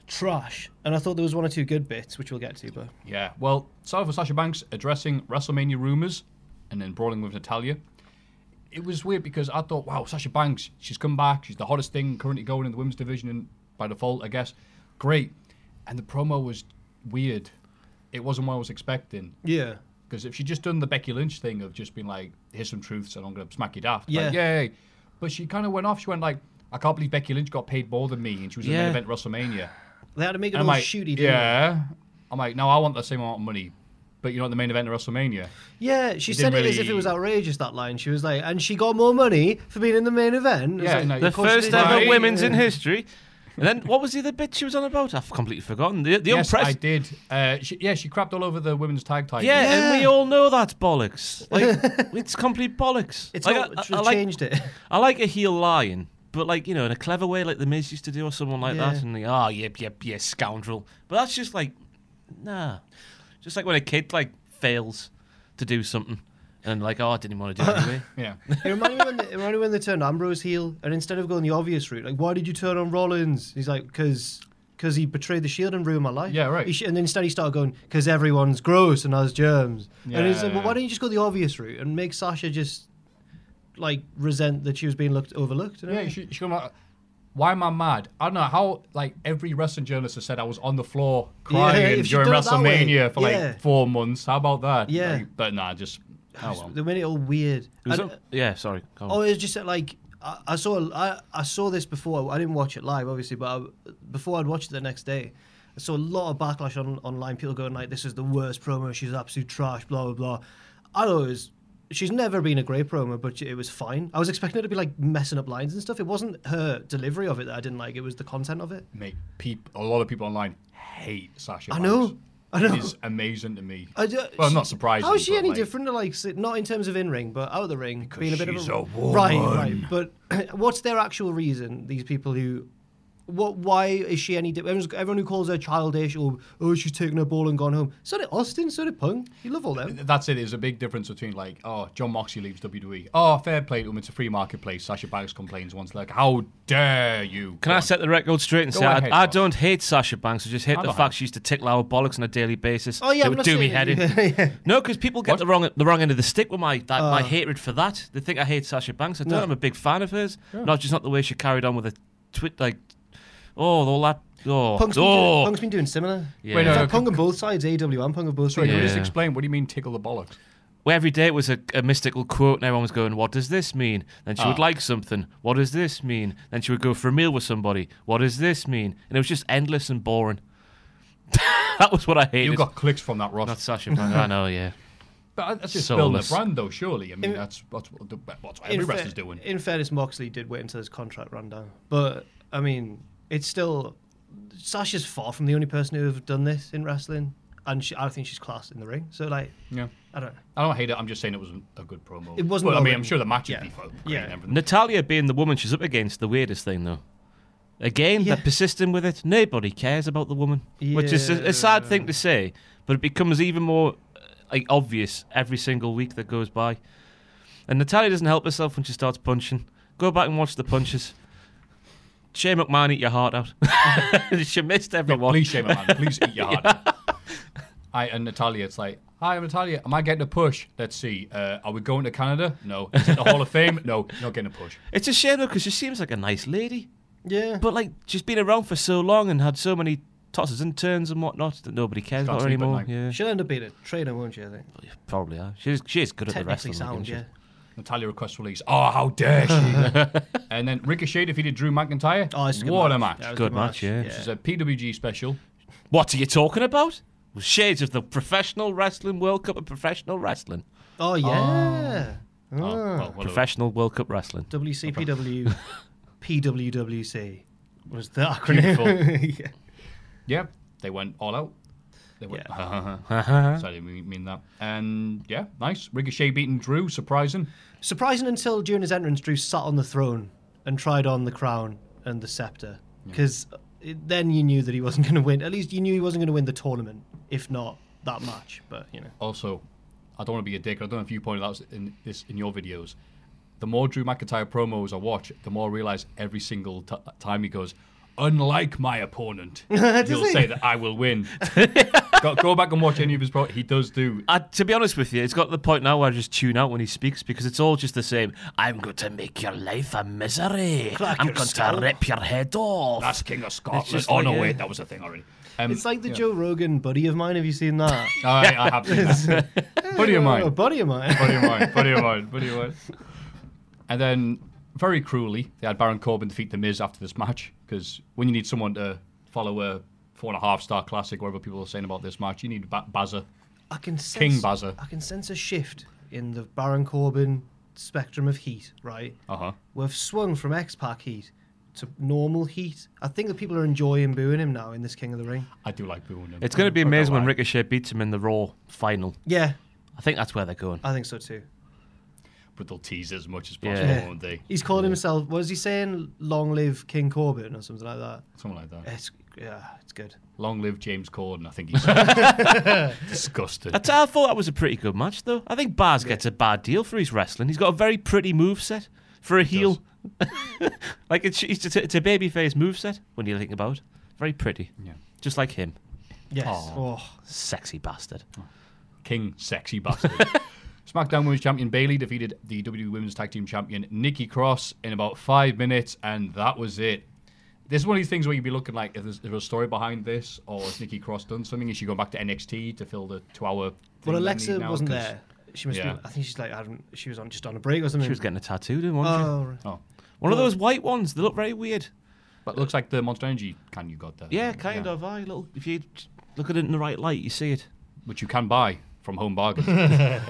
trash. And I thought there was one or two good bits, which we'll get to. But Yeah. Well, started with Sasha Banks addressing WrestleMania rumors and then brawling with Natalia. It was weird because I thought, wow, Sasha Banks, she's come back. She's the hottest thing currently going in the women's division and by default, I guess. Great. And the promo was weird. It wasn't what I was expecting. yeah, Because if she'd just done the Becky Lynch thing of just being like, here's some truths and I'm going to smack you daft. Yeah. Like, yay. But she kind of went off. She went like, I can't believe Becky Lynch got paid more than me and she was in the Yeah. main event at WrestleMania. they had to make it And all I'm like, shooty. Didn't They? yeah. I'm like, no, I want the same amount of money, but you're not the main event of WrestleMania. Yeah, she It said didn't it as if it really- was outrageous. That line, she was like, "And she got more money for being in the main event." It was Yeah, like, no, of The course she first did. ever Right. women's in history. And then what was the other bit she was on about? I've completely forgotten. The, the yes, I unprecedented. did. Uh, she, yeah, she crapped all over the women's tag title. Yeah, and Yeah. we all know that's bollocks. Like it's complete bollocks. It's like, not I- it's I, I like, changed it. I like a heel lying, but like you know, in a clever way, like the Miz used to do, or someone like Yeah. that, and they, oh, yep, yep, you scoundrel. But that's just like, nah, just like when a kid like fails to do something, and like, oh, I didn't want to do it anyway. Yeah. It reminded me when they, it reminded me when they turned Ambrose heel, and instead of going the obvious route, like, why did you turn on Rollins? He's like, because. Because he betrayed the shield and ruined my life. Yeah, right. He sh- and instead he started going, because everyone's gross and has germs. and it's like, Yeah. well, why don't you just go the obvious route and make Sasha just, like, resent that she was being looked overlooked? You know? yeah, she, she come like, why am I mad? I don't know how, like, every wrestling journalist has said I was on the floor crying if she'd during done it that way, WrestleMania for like yeah. four months. How about that? Yeah. Like, but nah, just, oh well. They made it all weird. It was And- un- yeah, sorry. go on. Oh, it's just that, like I, I saw I, I saw this before. I didn't watch it live, obviously, but I, before I'd watched it the next day, I saw a lot of backlash on online. People going like, "This is the worst promo. She's absolute trash." Blah blah blah. I thought it was. She's never been a great promo, but it was fine. I was expecting her to be like messing up lines and stuff. It wasn't her delivery of it that I didn't like. It was the content of it. Mate, peop- a lot of people online hate Sasha. I know. Banks. I know. It is amazing to me. I do- well, she- not surprising. How is she but, any like, different? To like, sit- not in terms of in ring, but out of the ring, being a bit she's of a woman. right, right. But what's their actual reason? These people who, what? Why is she any different? Everyone's- Everyone who calls her childish or oh she's taken her ball and gone home. So did Austin. So did Punk. You love all them. That's it. There's a big difference between like, oh, John Moxley leaves WWE. Oh, fair play to him. It's a free marketplace. Sasha Banks complains once, like, how dare you? Can I set the record straight and Go say ahead, I, I Josh. don't hate Sasha Banks. I just hate I the don't fact hate- she used to tickle our bollocks on a daily basis. Oh, yeah, They I'm would not do me saying- head in. no, because people get the wrong the wrong end of the stick with my that, Oh. my hatred for that. They think I hate Sasha Banks. I don't. I'm a big fan of hers. Not just not the way she carried on with a twit like oh all that oh Punk's been, oh doing, Punk's been doing similar. yeah. Wait, no, In no, fact, Punk on both sides, AW and Punk on both Sorry, sides. can you just Yeah. explain what do you mean tickle the bollocks? Well, every day it was a, a mystical quote, and everyone was going, "What does this mean?" Then she Ah. would like something. What does this mean? Then she would go for a meal with somebody. What does this mean? And it was just endless and boring. that was what I hated. You got clicks from that, Ross. Not Sasha Banks. I know, yeah. But that's just So building a let's- brand, though. Surely, I mean, that's that's what, the- that's what every fa- wrestler's doing. in fairness, Moxley did wait until his contract ran down, but I mean, it's still Sasha's far from the only person who have done this in wrestling, and she, I think she's classed in the ring. So like, Yeah. I don't. know. I don't hate it. I'm just saying it wasn't a good promo. It wasn't But, I well mean, written. I'm sure the match Yeah. would be fun. Yeah. And everything. Natalia being the woman she's up against, the weirdest thing though. Again, Yeah. they're persistent with it. Nobody cares about the woman, which is a, a sad Yeah. thing to say, but it becomes even more uh, like obvious every single week that goes by. And Natalia doesn't help herself when she starts punching. Go back and watch the punches. Shane McMahon, eat your heart out. she missed No, everyone. please shame a man. Please eat your heart. out. I and Natalia, it's like, hi, I'm Natalia. Am I getting a push? Let's see. Uh, are we going to Canada? No. Is it the Hall of Fame? No. Not getting a push. It's a shame though, because she seems like a nice lady, Yeah, but like she's been around for so long and had so many tosses and turns and whatnot that nobody cares Can't about her sleep at anymore. night. Yeah, she'll end up being a trainer, won't she? I think probably. Are. She's she's good at the technically wrestling. sound. isn't Yeah, she? Natalia requests release. Oh, how dare she! and then Ricochet defeated Drew McIntyre. Oh, it's a good what a match! match. Yeah, it was Good match, yeah. This is a PWG special. What are you talking about? Well, shades of the professional wrestling World Cup and professional wrestling. Oh yeah. Oh, well, well, Professional World Cup wrestling. WCPW, PWWC was the Beautiful. acronym. yeah. yeah, they went all out. They went. Sorry, I didn't mean- mean that. And yeah, nice. Ricochet beating Drew. Surprising. Surprising until during his entrance, Drew sat on the throne and tried on the crown and the scepter because then you knew that he wasn't going to win. At least you knew he wasn't going to win the tournament, if not that match. But you know, Also, I don't want to be a dick. I don't know if you pointed out in this in your videos. The more Drew McIntyre promos I watch, the more I realize every single t- time he goes, unlike my opponent, he'll he? say that I will win. go, go back and watch any of his pro. He does do. I, to be honest with you, it's got to the point now where I just tune out when he speaks because it's all just the same. I'm going to make your life a misery. Crack I'm your going skull." to rip your head off. That's King of Scotland. just Oh like no, a- wait, that was a thing already. Um, it's like the Joe Rogan buddy of mine. Have you seen that? I, I have seen that. Buddy of A mine. buddy of mine. Buddy of mine. Buddy of mine. Buddy of mine. And then, very cruelly, they had Baron Corbin defeat The Miz after this match because when you need someone to follow a four and a half star classic, whatever people are saying about this match, you need ba- Bazza. I can sense, King Buzzer. I can sense a shift in the Baron Corbin spectrum of heat, right? Uh Uh-huh. huh. We've swung from X Pac heat to normal heat. I think that people are enjoying booing him now in this King of the Ring. I do like booing him. It's going to be Not amazing when lie. Ricochet beats him in the Raw final. Yeah, I think that's where they're going. I think so too. But they'll tease as much as possible, Yeah. won't they? He's calling himself, what is he saying? Long live King Corbin or something like that. Something like that. It's, yeah, it's good. Long live James Corden, I think he said. Disgusting. I, t- I thought that was a pretty good match, though. I think Baz gets a bad deal for his wrestling. He's got a very pretty move set for a heel. like it's, it's, just- it's a babyface move set when you think about it. Very pretty. Yeah. Just like him. Yes. Aw. Oh, Sexy bastard. Oh. King Sexy Bastard. SmackDown Women's Champion Bailey defeated the WWE Women's Tag Team Champion Nikki Cross in about five minutes, and that was it. This is one of these things where you'd be looking like, is there, is there a story behind this, or has Nikki Cross done something? Is she going back to NXT to fill the two-hour? thing well, they Alexa need now? wasn't 'Cause- there. She must Yeah. be, I think she's like, I don't, she was on just on a break or something. She was getting a tattoo, didn't wasn't she? Oh, right. Oh, One of those white ones. They look very weird. but it looks like the Monster Energy can you got there. Yeah, kind of. Aye, little. If you t- look at it in the right light, you see it. which you can buy from Home Bargains.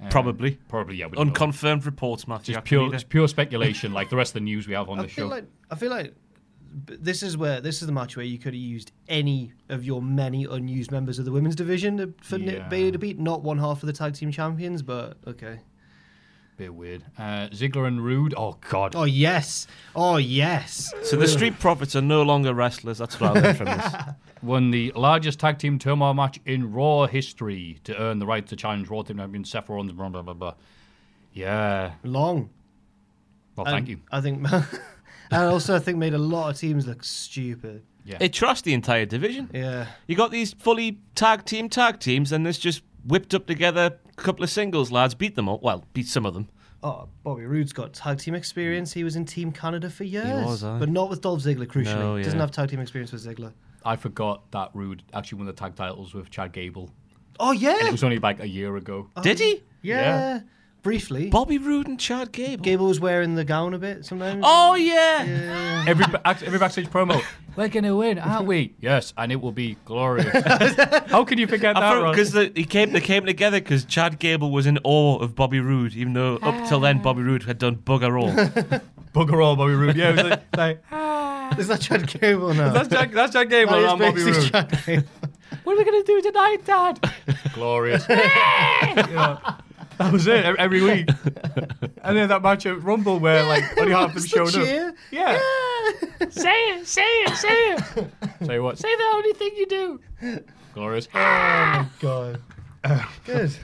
Um, Probably. probably, yeah. we don't know. Unconfirmed reports, Matthew. Just I can pure, read it. just pure speculation, like the rest of the news we have on I the feel show. like I feel like b- this is where this is the match where you could have used any of your many unused members of the women's division to- for Ni- Yeah. Bailey to beat. Not one half of the tag team champions, but okay. Bit weird. Uh, Ziggler and Rude. Oh God. Oh yes, oh yes. So the Street Profits are no longer wrestlers. That's what I learned from this. won the largest tag team turmoil match in Raw history to earn the right to challenge Raw Team Champion Seth Rollins. Blah blah blah. blah. Yeah. Long. Well, thank you. I think, and also I think made a lot of teams look stupid. Yeah. It trashed the entire division. Yeah. You got these fully tag team tag teams, and this just whipped up together a couple of singles lads, beat them up. Well, beat some of them. Oh, Bobby Roode's got tag team experience. He was in Team Canada for years, was, aye. but not with Dolph Ziggler. Crucially, No, doesn't yeah. have tag team experience with Ziggler. I forgot that Rude actually won the tag titles with Chad Gable. Oh It yeah, was only like a year ago. Did he? yeah. yeah. Briefly, Bobby Roode and Chad Gable. Gable was wearing the gown a bit sometimes. Oh yeah. Every ba- act- every backstage promo. We're gonna win, aren't we? Yes, and it will be glorious. How can you forget that? Ron? Because he came, they came together because Chad Gable was in awe of Bobby Roode, even though up till then Bobby Roode had done bugger all. bugger all, Bobby Roode. Yeah, it was like, like, Is that Chad Cable now? That's Jack. That's Jack Gable. That is I'm Bobby basically Roode. Chad Gable. What are we gonna do tonight, Dad? Glorious. Yeah. That was it ev- every week. And then that match at Rumble where like only half of them It's the showed up. cheer. Yeah. say it, say it, say it. Say what? Say the only thing you do. Glorious. God. Oh, Good.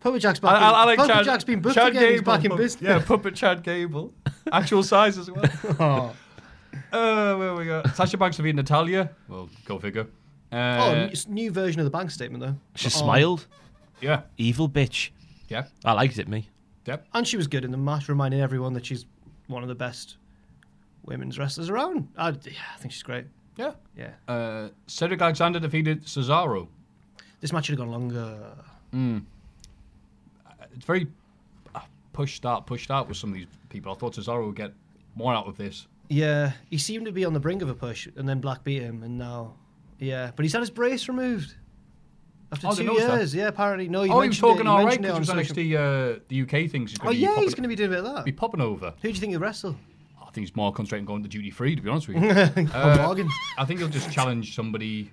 Puppet Jack's Uh, I, back. I, I in- like Puppet Chad, Jack's been booked Chad again. Gable, He's back in Pup- business. Yeah, puppet Chad Gable. Actual size as well. Oh, Uh, where we go? Sasha Banks to beat Natalia. Well, go figure. Oh, Uh, n- it's new version of the bank statement though. Oh. She smiled. yeah, Evil bitch. yeah, That liked it, me. yeah. And she was good in the match, reminding everyone that she's one of the best women's wrestlers around. I, yeah, I think she's great. Yeah. Yeah. Uh, Cedric Alexander defeated Cesaro. This match should have gone longer. It's very uh, pushed out, pushed out with some of these people. I thought Cesaro would get more out of this. Yeah, he seemed to be on the brink of a push, and then Black beat him, and now, yeah, but he's had his brace removed after Oh, two they noticed that? years. Yeah, apparently. No, you oh, he was talking mentioned it. all you right mentioned because it was it on NXT, social. uh, the UK things. He's Oh going to be yeah, popping, he's going to be doing a bit of be that. popping over. Who do you think he wrestled? I think he's more concentrating going to duty free. To be honest with you, Uh, A bargain. I think he'll just challenge somebody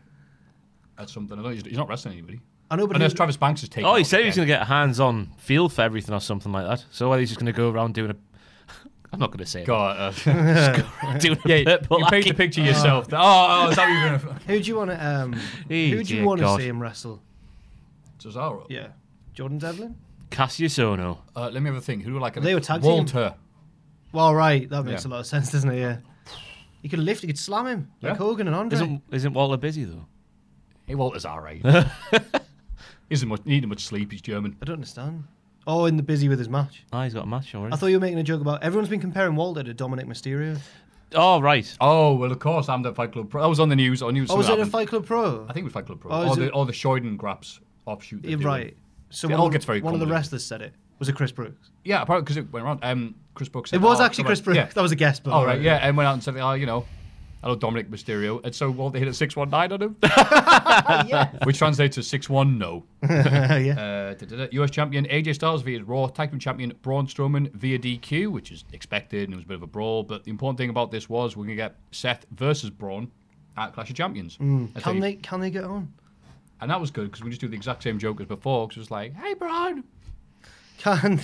at something. I don't. He's, he's not wrestling anybody. I know, but Unless who- Travis Banks is taking. Oh, he off said he was again. going to get a hands-on feel for everything or something like that. So whether he's just going to go around doing a, I'm not going to say it. God, uh, Doing a yeah, purple you paint the lackey. picture yourself. Oh, oh, is that what you're going to? Who do you want to? Um, Eh, who do dear you want to God. see him wrestle? Cesaro. Yeah, Jordan Devlin. Cassius Ono. Uh, let me have a think. Who do I like? They were tag team. Walter. Well, right, that makes Yeah. a lot of sense, doesn't it? Yeah. You could lift, you could slam him like Yeah. Hogan and Andre. Isn't isn't Walter busy though? Hey, Walter's all right. Isn't much needing much sleep. He's German. I don't understand. Oh, in the busy with his match. Ah, he's got a match already. I thought you were making a joke about everyone's been comparing Walter to Dominic Mysterio. oh right. Oh well, of course I'm the Fight Club. Pro. I was on the news. I knew. Oh, was it a happened. Fight Club Pro? I think it was Fight Club Pro. Oh, is or, the, it- or the Shoiden Graps offshoot. they're Yeah, doing. right. So It one, all of- gets very one of the convoluted. wrestlers said it. Was it Chris Brooks? Yeah, apparently because it went around. Um, Chris Brooks. It said, was oh, actually so Chris like- Brooks. Yeah. That was a guess, but uh, All right, yeah, and went out and said, oh, you know, hello, Dominic Mysterio. And so Walter hit a 619 on him, which translates to 6-1 no. yeah. Uh, da-da-da. US champion AJ Styles via Raw, tag team champion Braun Strowman via DQ, which is expected and it was a bit of a brawl. But the important thing about this was we're going to get Seth versus Braun at Clash of Champions. That's how Can you- they can they get on? And that was good because we just do the exact same joke as before because it was like, hey, Braun, Can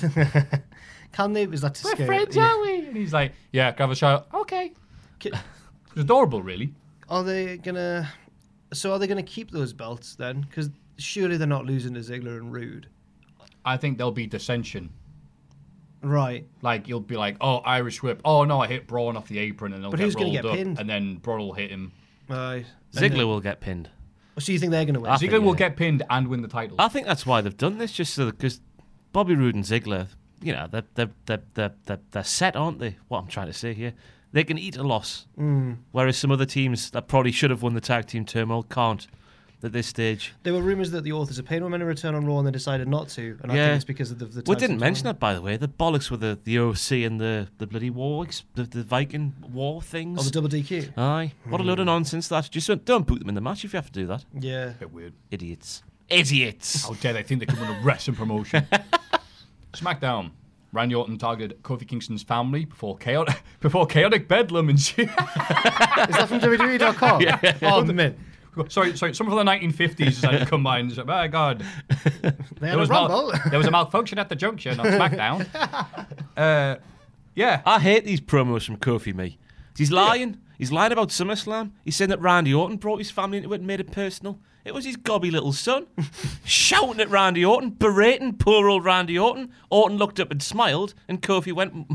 can they? Is that to we're scare? friends, yeah. aren't we? And he's like, yeah, can I have a shout. Okay. Ki- It's adorable, really. Are they gonna? So are they gonna keep those belts then? Because surely they're not losing to Ziggler and Rude, I think there'll be dissension right? Like you'll be like, oh, Irish whip. Oh no, I hit Braun off the apron, and they'll But get who's gonna rolled get up, pinned? and then Braun will hit him. Right. And Ziggler will get pinned. then- So you think they're gonna win? I think, Ziggler will yeah. get pinned and win the title. I think that's why they've done this, just so because Bobby Roode and Ziggler, you know, they're they're, they're they're they're they're set, aren't they? What I'm trying to say here, they can eat a loss, whereas some other teams that probably should have won the tag team turmoil can't at this stage. There were rumors that the authors of Pain were meant to return on Raw and they decided not to, and I Yeah. think it's because of the. the we Tyson didn't mention that, tournament. by the way. The bollocks with the, the OC and the, the bloody war, ex- the, the Viking war things. Oh, the double DQ. Aye, what a load of nonsense that. Just don't, don't boot them in the match if you have to do that. Yeah. a bit weird. Idiots. Idiots. How dare they think they can win a wrestling promotion? SmackDown. Randy Orton targeted Kofi Kingston's family before chaotic before chaotic bedlam ensued. Is that from WWE.com? yeah. E Oh, the minute. sorry, sorry. Someone from the 1950s decided to combine. and say, My God, They had there a was, mal- rumble. there was a malfunction at the junction on SmackDown. Uh, yeah, I hate these promos from Kofi, me. He's lying. He's lying about SummerSlam. He's saying that Randy Orton brought his family into it and made it personal. It was his gobby little son shouting at Randy Orton, berating poor old Randy Orton. Orton looked up and smiled, and Kofi went,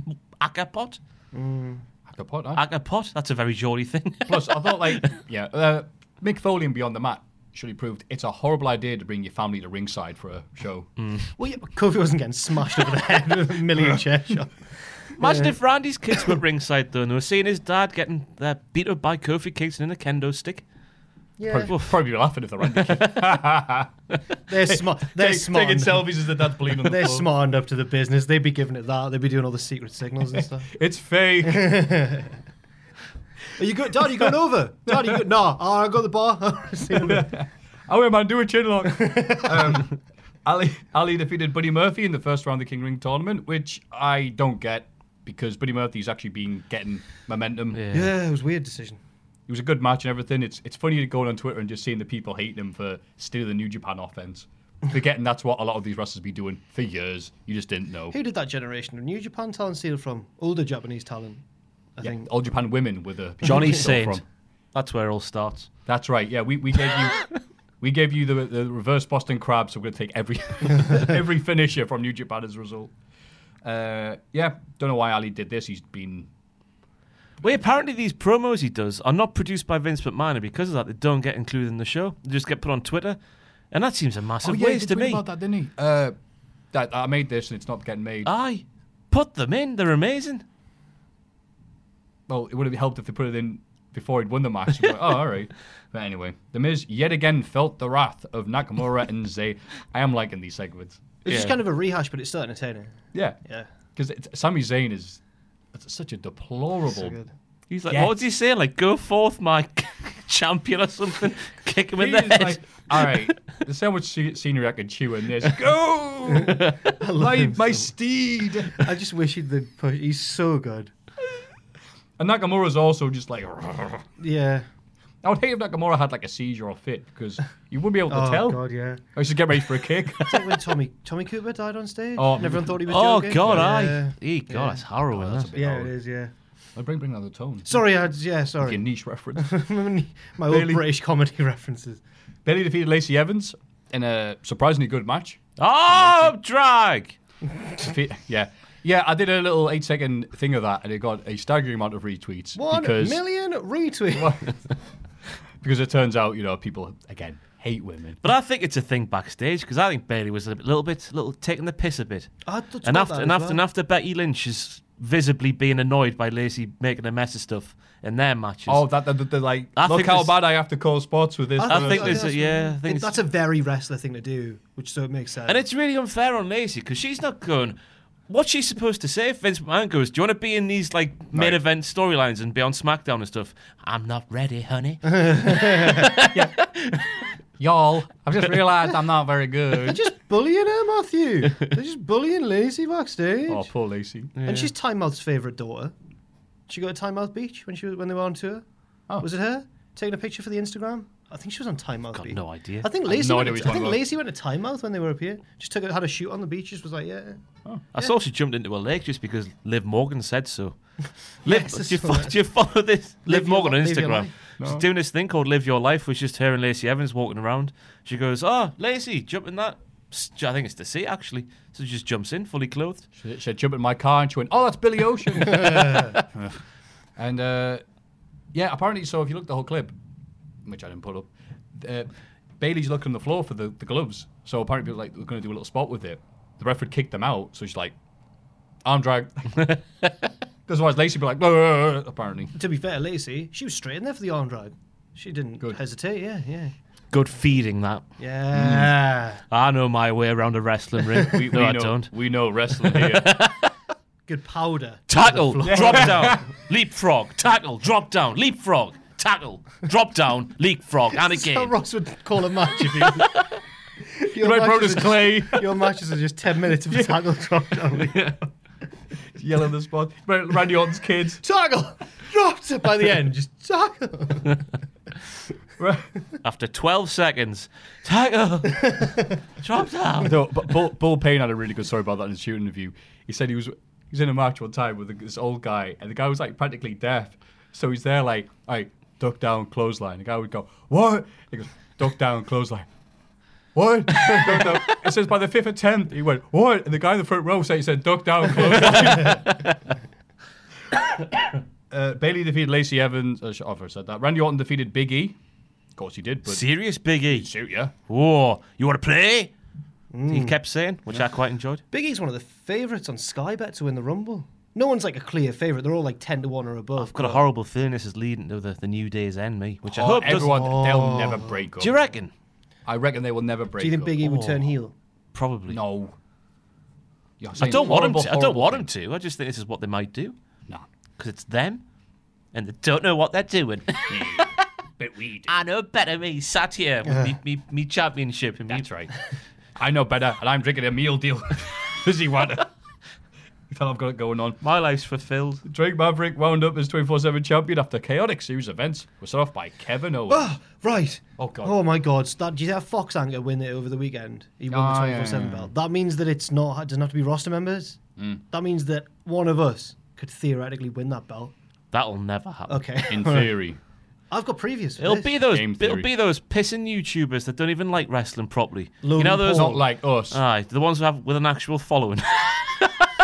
Akapot. I could put that. Akapot? That's a very Geordie thing. Plus, I thought like, yeah, uh, Mick Foley and Beyond the Mat should have proved it's a horrible idea to bring your family to ringside for a show. Well, yeah, but Kofi wasn't getting smashed over the head with a million chair shots. Imagine if Randy's kids were at ringside, though, and they were seeing his dad getting uh, beat up by Kofi Kingston in a kendo stick. Yeah. Probably, probably be laughing if they're running. They're smart. They're smart. taking selfies as the dad's bleeding on the They're floor. smart enough to the business. They'd be giving it that. They'd be doing all the secret signals and stuff. It's fake. Are you good, Dad? Are you going over? Dad, are you good? No, oh, I got the bar. See you later. oh, wait, man, do a chin lock. Um, Ali, Ali defeated Buddy Murphy in the first round of the King Ring tournament, which I don't get because Buddy Murphy's actually been getting momentum. Yeah, it was a weird decision. It was a good match and everything. It's it's funny going on Twitter and just seeing the people hating him for stealing the New Japan offense, forgetting that's what a lot of these wrestlers be doing for years. You just didn't know. Who did that generation of New Japan talent steal from? Older Japanese talent, I Yeah, think. all Japan women with a Johnny Saint. Saint. That's where it all starts. That's right. Yeah, we, we gave you we gave you the, the reverse Boston crab, so we're gonna take every every finisher from New Japan as a result. Uh, yeah, don't know why Ali did this. He's been Well, apparently these promos he does are not produced by Vince McMahon, and because of that, they don't get included in the show. They just get put on Twitter, and that seems a Oh, massive waste to me. that, didn't he? Uh, that I made this and it's not getting made. Aye, put them in. They're amazing. well, it would have helped if they put it in before he'd won the match. But, oh, all right. But anyway, The Miz yet again felt the wrath of Nakamura and Zay. I am liking these segments. It's just kind of a rehash, but it's still entertaining. Yeah, Yeah. because Sami Zayn is it's such a deplorable. He's like, Yes. what was he saying? Like, go forth, my champion or something. Kick him in the He's head. like, all right, there's so much se- scenery I can chew in this. Go, my, my steed. I just wish he'd push. He's so good. And Nakamura's also just like, Yeah. I would hate if Nakamura had like a seizure or fit because you wouldn't be able to Oh tell. God, yeah. I should get ready for a kick. It's like when Tommy Tommy Cooper died on stage. Oh. and everyone thought he was oh joking. God, Oh. Yeah. aye. Ee, God, that's harrowing. that. Yeah, it is. Yeah. I bring bring another tone. Sorry, I, yeah, sorry. Your niche reference. My old Really? British comedy references. Bailey defeated Lacey Evans in a surprisingly good match. Oh, drag. Defe- yeah, yeah. I did a little eight second thing of that, and it got a staggering amount of retweets One because million retweets. because it turns out you know people again hate women. But I think it's a thing backstage because I think Bailey was a little bit, little taking the piss a bit. I thought and about after that and as after well. and after Becky Lynch is visibly being annoyed by Lacey making a mess of stuff in their matches. Oh, that the, the, the, like I look think how this- bad I have to call sports with this. I person. think there's that's a, yeah, I think it's- that's a very wrestler thing to do, which so it makes sense. and it's really unfair on Lacey because she's not going. What's she supposed to say if Vince McMahon goes, "Do you want to be in these like main Right. event storylines and be on SmackDown and stuff?" I'm not ready, honey. y'all, I've just realised I'm not very good. bullying her, Matthew. They're just bullying Lacey backstage. oh, poor Lacey. And she's Time Mouth's favourite daughter. She go to Time Mouth Beach when she was, when they were on tour. Oh. Was it her taking a picture for the Instagram? I think she was on Time Mouth Got Beach. no idea. I think I have Lacey. no went idea what you're to- I think talking about. Lacey went to Time Mouth when they were up here. Just took a, had a shoot on the beach. Just was like, yeah. I saw she jumped into a lake just because Liv Morgan said so. Liv, Yes, I do, you saw fo- that. do you follow this? Liv, Live your Morgan on li- live your Instagram. life. She's doing this thing called Live Your Life, which is just her and Lacey Evans walking around. She goes, Oh, Lacey, jump in that. S- I think it's the sea, actually. So she just jumps in, fully clothed. She, she jumped in my car and she went, "Oh, that's Billy Ocean." and uh, yeah, apparently, so if you look at the whole clip, which I didn't put up, uh, Bailey's looking on the floor for the, the gloves. So apparently, people were like we're going to do a little spot with it. The referee kicked them out, so she's like, "Arm drag." Because otherwise, Lacey would be like, "Ugh," apparently. To be fair, Lacey, she was straight in there for the arm drag. She didn't Good. Mm. hesitate. Yeah, yeah, Good feeding, that. yeah. I know my way around a wrestling ring. no, I know, don't. We know wrestling here. Good powder. Tackle, drop down, leapfrog, tackle, drop down, leapfrog, tackle, drop down, leapfrog, and How again. Ross would call a match if he. Your My matches brother's are just- clay. Your matches are just ten minutes of tackle drop down. Yelling in the spot. Randy Orton's kids. Tackle dropped it by the end. Just tackle. After 12 seconds, tackle, drop down. No, but Bull, Bull Payne had a really good story about that in his shooting interview. He said he was he was in a match one time with this old guy, and the guy was like practically deaf. So he's there like, all right, duck down, clothesline. The guy would go, what? He goes, duck down, clothesline. What? duck down. It says by the fifth attempt, he went, what? And the guy in the front row said, he said, duck down, clothesline. uh, Bailey defeated Lacey Evans. Uh, sh- oh, I said that. Randy Orton defeated Big E. Of course he did, but Serious Big E. shoot, yeah. Whoa, you want to play? Mm. He kept saying, which I quite enjoyed. Biggie's one of the favourites on Sky Bet to win the Rumble. No one's like a clear favourite. They're all like ten to one or above. I've got a horrible feeling this is leading to the, the new day's end, me, which I Oh, hope everyone, doesn't. they'll never break up. Do you reckon? I reckon they will never break. Do you think up. Biggie would turn heel? Probably. No. You're I saying don't want him horrible, to. I don't horrible want him things. to. I just think this is what they might do No. because it's them, and they don't know what they're doing. But we do. I know better. Me sat here with me, me, me championship. And me, That's right. I know better, and I'm drinking a meal deal fizzy water. that I've got it going on. My life's fulfilled. Drake Maverick wound up as 24 7 champion after a chaotic series of events was set off by Kevin Owens. Ah, right. Oh, God. Oh my God! That, do you see that Fox anchor win it over the weekend? He won the Oh, twenty yeah, four seven yeah, belt. That means that it's not it doesn't have to be roster members. That means that one of us could theoretically win that belt. That'll never happen. Okay. In theory. I've got previous. For It'll this. be those. Game It'll theory. be those pissing YouTubers that don't even like wrestling properly. you Logan know those. Paul. Not like us. Aye, the ones who have with an actual following.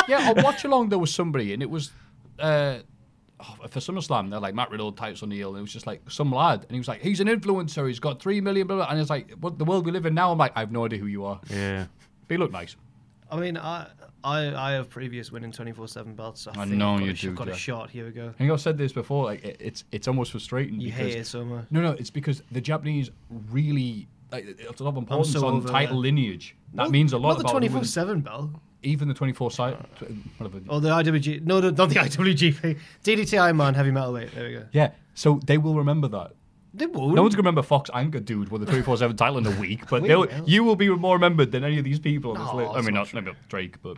yeah, I watch along there was somebody, and it was uh, oh, for SummerSlam. They're like Matt Riddle, Titus O'Neil, and it was just like some lad, and he was like, "He's an influencer. He's got three million blah blah." And it's like, "What the world we live in now?" I'm like, "I have no idea who you are." yeah. But you look nice. I mean, I I, I have previous winning twenty four seven belts. So I, I think know I've got you a, sh- do, Got a Jack. shot. Here we go. I think I've said this before. Like, it, it's it's almost frustrating. You because, hate it so much. No, no, it's because the Japanese really like it's a lot of importance so on over title that. lineage. That means a lot Not the about twenty women- four seven Oh. belt. even the twenty four side. Whatever. Or the IWG. No, no, not the IWGP. DDT Iron Man Heavy Metalweight. There we go. Yeah, so they will remember that. They won't. No one's gonna remember Fox Anchor Dude with the 24 7 title in a week, but they'll, will. you will be more remembered than any of these people on this No, list. I that's mean, not, maybe Drake, but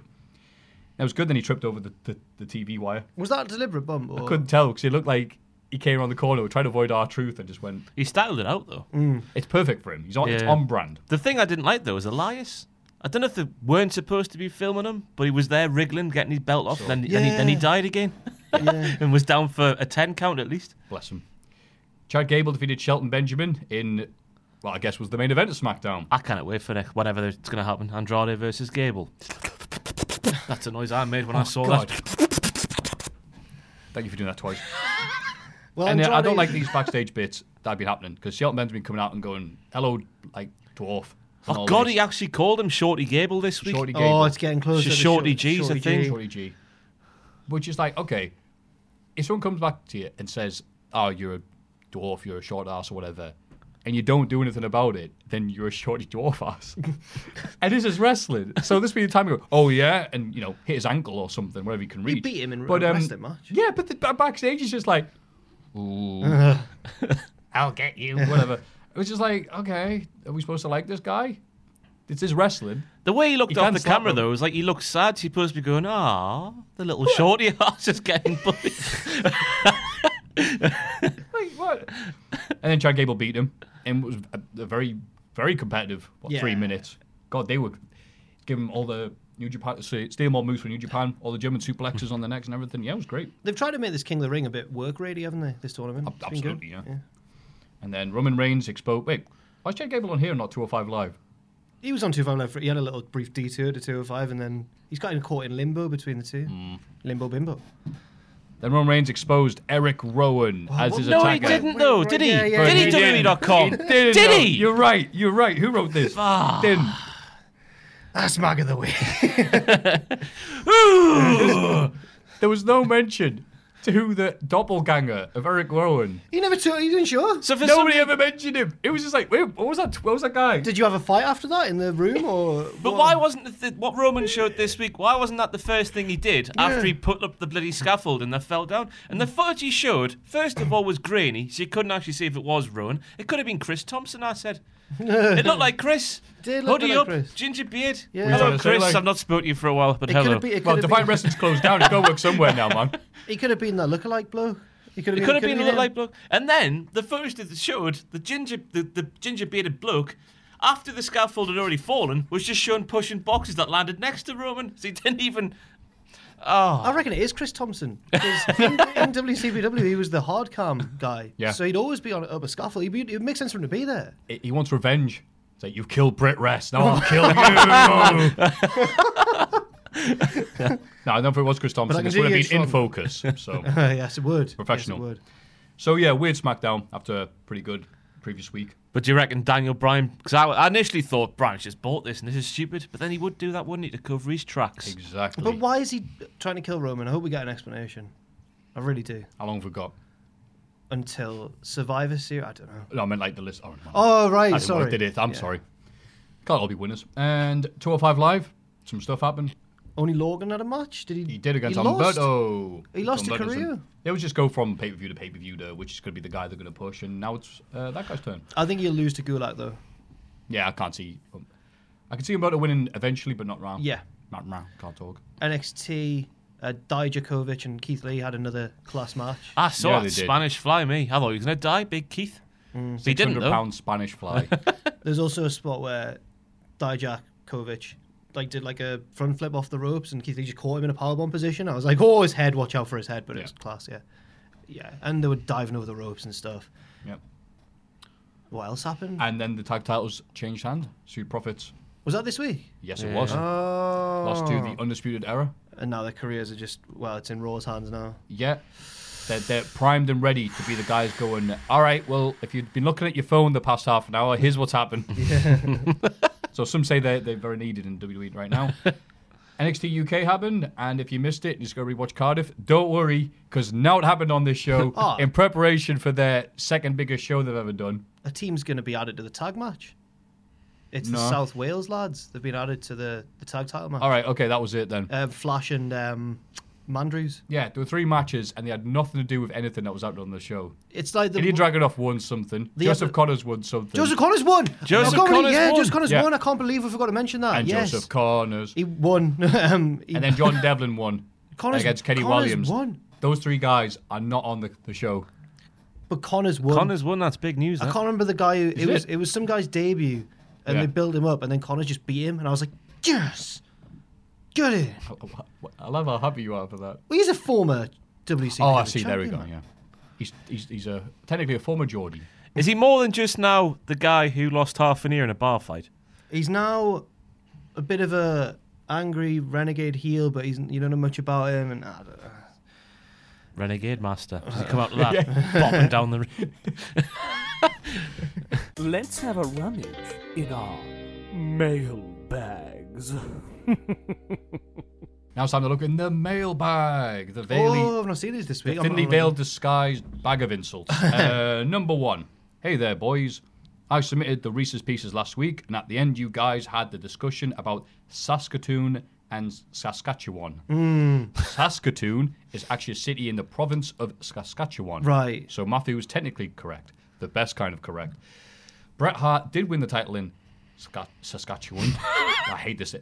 it was good. Then he tripped over the, the, the TV wire. Was that a deliberate bump? Or... Couldn't tell because he looked like he came around the corner, tried to avoid our truth, and just went, He styled it out though. It's perfect for him. He's on, It's Yeah. on brand. The thing I didn't like though was Elias. I don't know if they weren't supposed to be filming him, but he was there wriggling, getting his belt off, and then, and he, then he Yeah. died again, and was down for a ten count at least. Bless him. Chad Gable defeated Shelton Benjamin in, well, I guess was the main event of SmackDown. I cannot wait for next, whatever it's going to happen. Andrade versus Gable. That's a noise I made when I saw Oh, God. that. Thank you for doing that twice. Well, and uh, I Andrade- don't like these backstage bits that have been happening because Shelton Benjamin coming out and going, Hello, like, dwarf. and Oh all God, this. he actually called him Shorty Gable this week. Shorty Gable. Oh, it's getting close. Sh- to the Shorty short- G's a Shorty thing. G. Shorty G. Which is like, okay, if someone comes back to you and says, oh, you're a dwarf, you're a short ass or whatever, and you don't do anything about it, then you're a shorty dwarf ass. and this is wrestling. So this would be the time you go, oh, yeah, and, you know, hit his ankle or something, wherever you can reach. beat him in but, um, a wrestling match. Yeah, but the ba- backstage is just like, ooh, I'll get you, whatever. It was just like, okay, are we supposed to like this guy? It's his wrestling. The way he looked He off can the slap camera him. though was like he looked sad. He supposed to be going, ah, the little Shorty ass is getting bullied. Like, what? and then Chad Gable beat him, and it was a, a very, very competitive. What, Three Yeah. minutes. God, they were giving him all the New Japan, say, steal more moves for New Japan, all the German suplexes on the necks and everything. Yeah, it was great. They've tried to make this King of the Ring a bit work ready, haven't they? This tournament. It's been good. Absolutely, yeah. And then Roman Reigns exposed. Wait, why is Chad Gable on here and not 205 Live? He was on 205 Live. For, he had a little brief detour to 205, and then he's gotten caught in limbo between the two. Mm. Limbo bimbo. Then Roman Reigns exposed Eric Rowan as his no, he attacker. didn't though, did he? Yeah, yeah, did yeah, he? he didn't. WWE.com. Didn't, Did no. he? You're right. You're right. Who wrote this? Didn't. That's mag of the week. There was no mention to who the doppelganger of Eric Rowan he never took. He didn't show. So for some, Nobody ever mentioned him. It was just like, wait, what was that? What was that guy? Did you have a fight after that in the room, or? but why wasn't the th- what Roman showed this week? Why wasn't that the first thing he did after he put up the bloody scaffold and they fell down? And the footage he showed, first of all, was grainy, so you couldn't actually see if it was Rowan. It could have been Chris Thompson. I said. it looked like Chris. did look a Hoodie bit like up, Chris. ginger beard. Yeah. Were you Hello, trying to say, Chris. like- I've not spoken to you for a while, but It could hello. have been. It well, could Divine have been, Wrestling's closed down. He's got to work somewhere now, man. he could have been that lookalike bloke. He could have It been. could have been a him. little like bloke. And then the footage that they showed the ginger, the, the ginger bearded bloke, after the scaffold had already fallen, was just shown pushing boxes that landed next to Roman. So he didn't even. I reckon it is Chris Thompson. 'cause in, in WCPW, he was the hard cam guy. Yeah. So he'd always be on up a scaffold. He'd be, it makes sense for him to be there. He- He wants revenge. It's like, you've killed Britt Rest. Now I'll kill you. no, I don't think it was Chris Thompson. can This do would have you been strong. in focus. So, Uh, yes, it would. Yes, it Professional. would. so yeah, weird SmackDown after a pretty good previous week. But do you reckon Daniel Bryan? Because I, I initially thought Bryan's just bought this and this is stupid, but then he would do that, wouldn't he, to cover his tracks? Exactly. But why is he trying to kill Roman? I hope we get an explanation. I really do. How long have we got? Until Survivor Series, I don't know. No, I meant like the list. Oh, man. Oh right, I didn't sorry. work, did it. I'm sorry. Can't all be winners. And 205 Live, some stuff happened. Only Logan had a match. Did he? He did against he lost? Alberto. He lost to Alberto's Carrillo. in- They would just go from pay per view to pay per view to which is going to be the guy they're going to push, and now it's uh, that guy's turn. I think he'll lose to Gulak though. Yeah, I can't see. um, I can see Alberto winning eventually, but not round. Yeah. Not round. Can't talk. NXT uh, Di Djokovic and Keith Lee had another class match. I saw Yeah, that they did. Mm, Spanish fly me. I thought he was going to die, Big Keith. But he didn't, though. pound Spanish fly. There's also a spot where Dijakovic like did like a front flip off the ropes and Keith Lee just caught him in a powerbomb position. I was like, oh, his head, watch out for his head, but it was Yeah. class, yeah. Yeah, and they were diving over the ropes and stuff. Yep. What else happened? And then the tag titles changed hand. Sued profits. was that this week? Yes, it was. Lost to Oh. the undisputed era. And now their careers are just, well, it's in Raw's hands now. Yeah. They're, they're primed and ready to be the guys going, all right, well, if you've been looking at your phone the past half an hour, here's what's happened. so some say they're, they're very needed in WWE right now. NXT UK happened, and if you missed it, you just go rewatch Cardiff. Don't worry, because now it happened on this show Oh. in preparation for their second biggest show they've ever done. A team's going to be added to the tag match. It's No. the South Wales lads. They've been added to the, the tag title match. All right, okay, that was it then. Uh, Flash and um, Mandrews. yeah, there were three matches, and they had nothing to do with anything that was out on the show. It's like the Ilya Dragunov won something. The Joseph other- Connors won something. Joseph Connors won. Joseph I can't believe- Connors yeah, won. Joseph Connors Yeah. won. I can't believe we forgot to mention that. and yes. Joseph Connors. He won. um, he- and then John Devlin won Connors- against Kenny Connors Williams. won. Those three guys are not on the, the show. but Connors won. Connors won. That's big news. I that. can't remember the guy. Who, it was it? it was some guy's debut, and Yeah. they built him up, and then Connors just beat him, and I was like, yes, get it. I love how happy you are for that. Well, he's a former WC. Oh, I see. There we go. Yeah, he's he's, he's a technically a former Geordie. Is he more than just now the guy who lost half an ear in a bar fight? He's now a bit of a angry renegade heel, but he's you don't know much about him, and I don't know. Renegade Master. Does he come out like that? Bopping down the. ring? Let's have a rummage in our mailbags. Now it's time to look in the mailbag. The Vaily oh, I've not seen these this week. The I'm not thinly on- veiled disguised bag of insults. Uh, number one. Hey there, boys. I submitted the Reese's Pieces last week, and at the end, you guys had the discussion about Saskatoon and Saskatchewan. Saskatoon is actually a city in the province of Saskatchewan. Right. So Matthew was technically correct. The best kind of correct. Bret Hart did win the title in Sca- Saskatchewan. I hate this.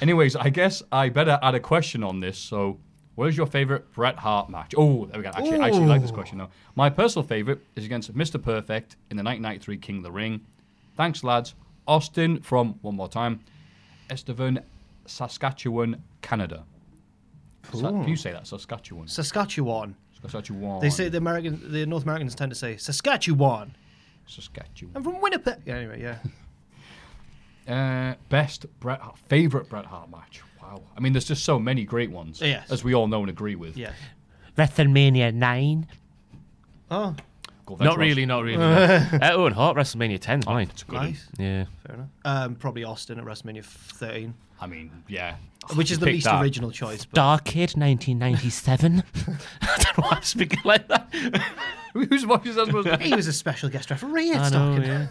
Anyways, I guess I better add a question on this. So, what is your favorite Bret Hart match? Oh, there we go. Actually, I actually like this question though. My personal favorite is against Mr. Perfect in the 1993 King of the Ring. Thanks, lads. Austin from one more time, Estevan, Saskatchewan, Canada. Sa- can you say that Saskatchewan? Saskatchewan. Saskatchewan. They say the American, the North Americans tend to say Saskatchewan. Saskatchewan. I'm from Winnipeg. Yeah, anyway, yeah. Uh, best Bret Hart, favorite Bret Hart match. Wow. I mean, there's just so many great ones, Yes. as we all know and agree with. Yeah. WrestleMania 9. Oh, Go, that's Not Ross. really, not really. no. uh, Owen Hart, WrestleMania 10 's mine. It's a good. one. nice. Yeah. Fair enough. Um, probably Austin at WrestleMania 13, I mean, yeah. which is You the picked least that. original choice. But Dark Kid 1997. I don't know why I'm speaking like that. Whose voice is that supposed to be? he was a special guest referee I at know, Stockton. yeah.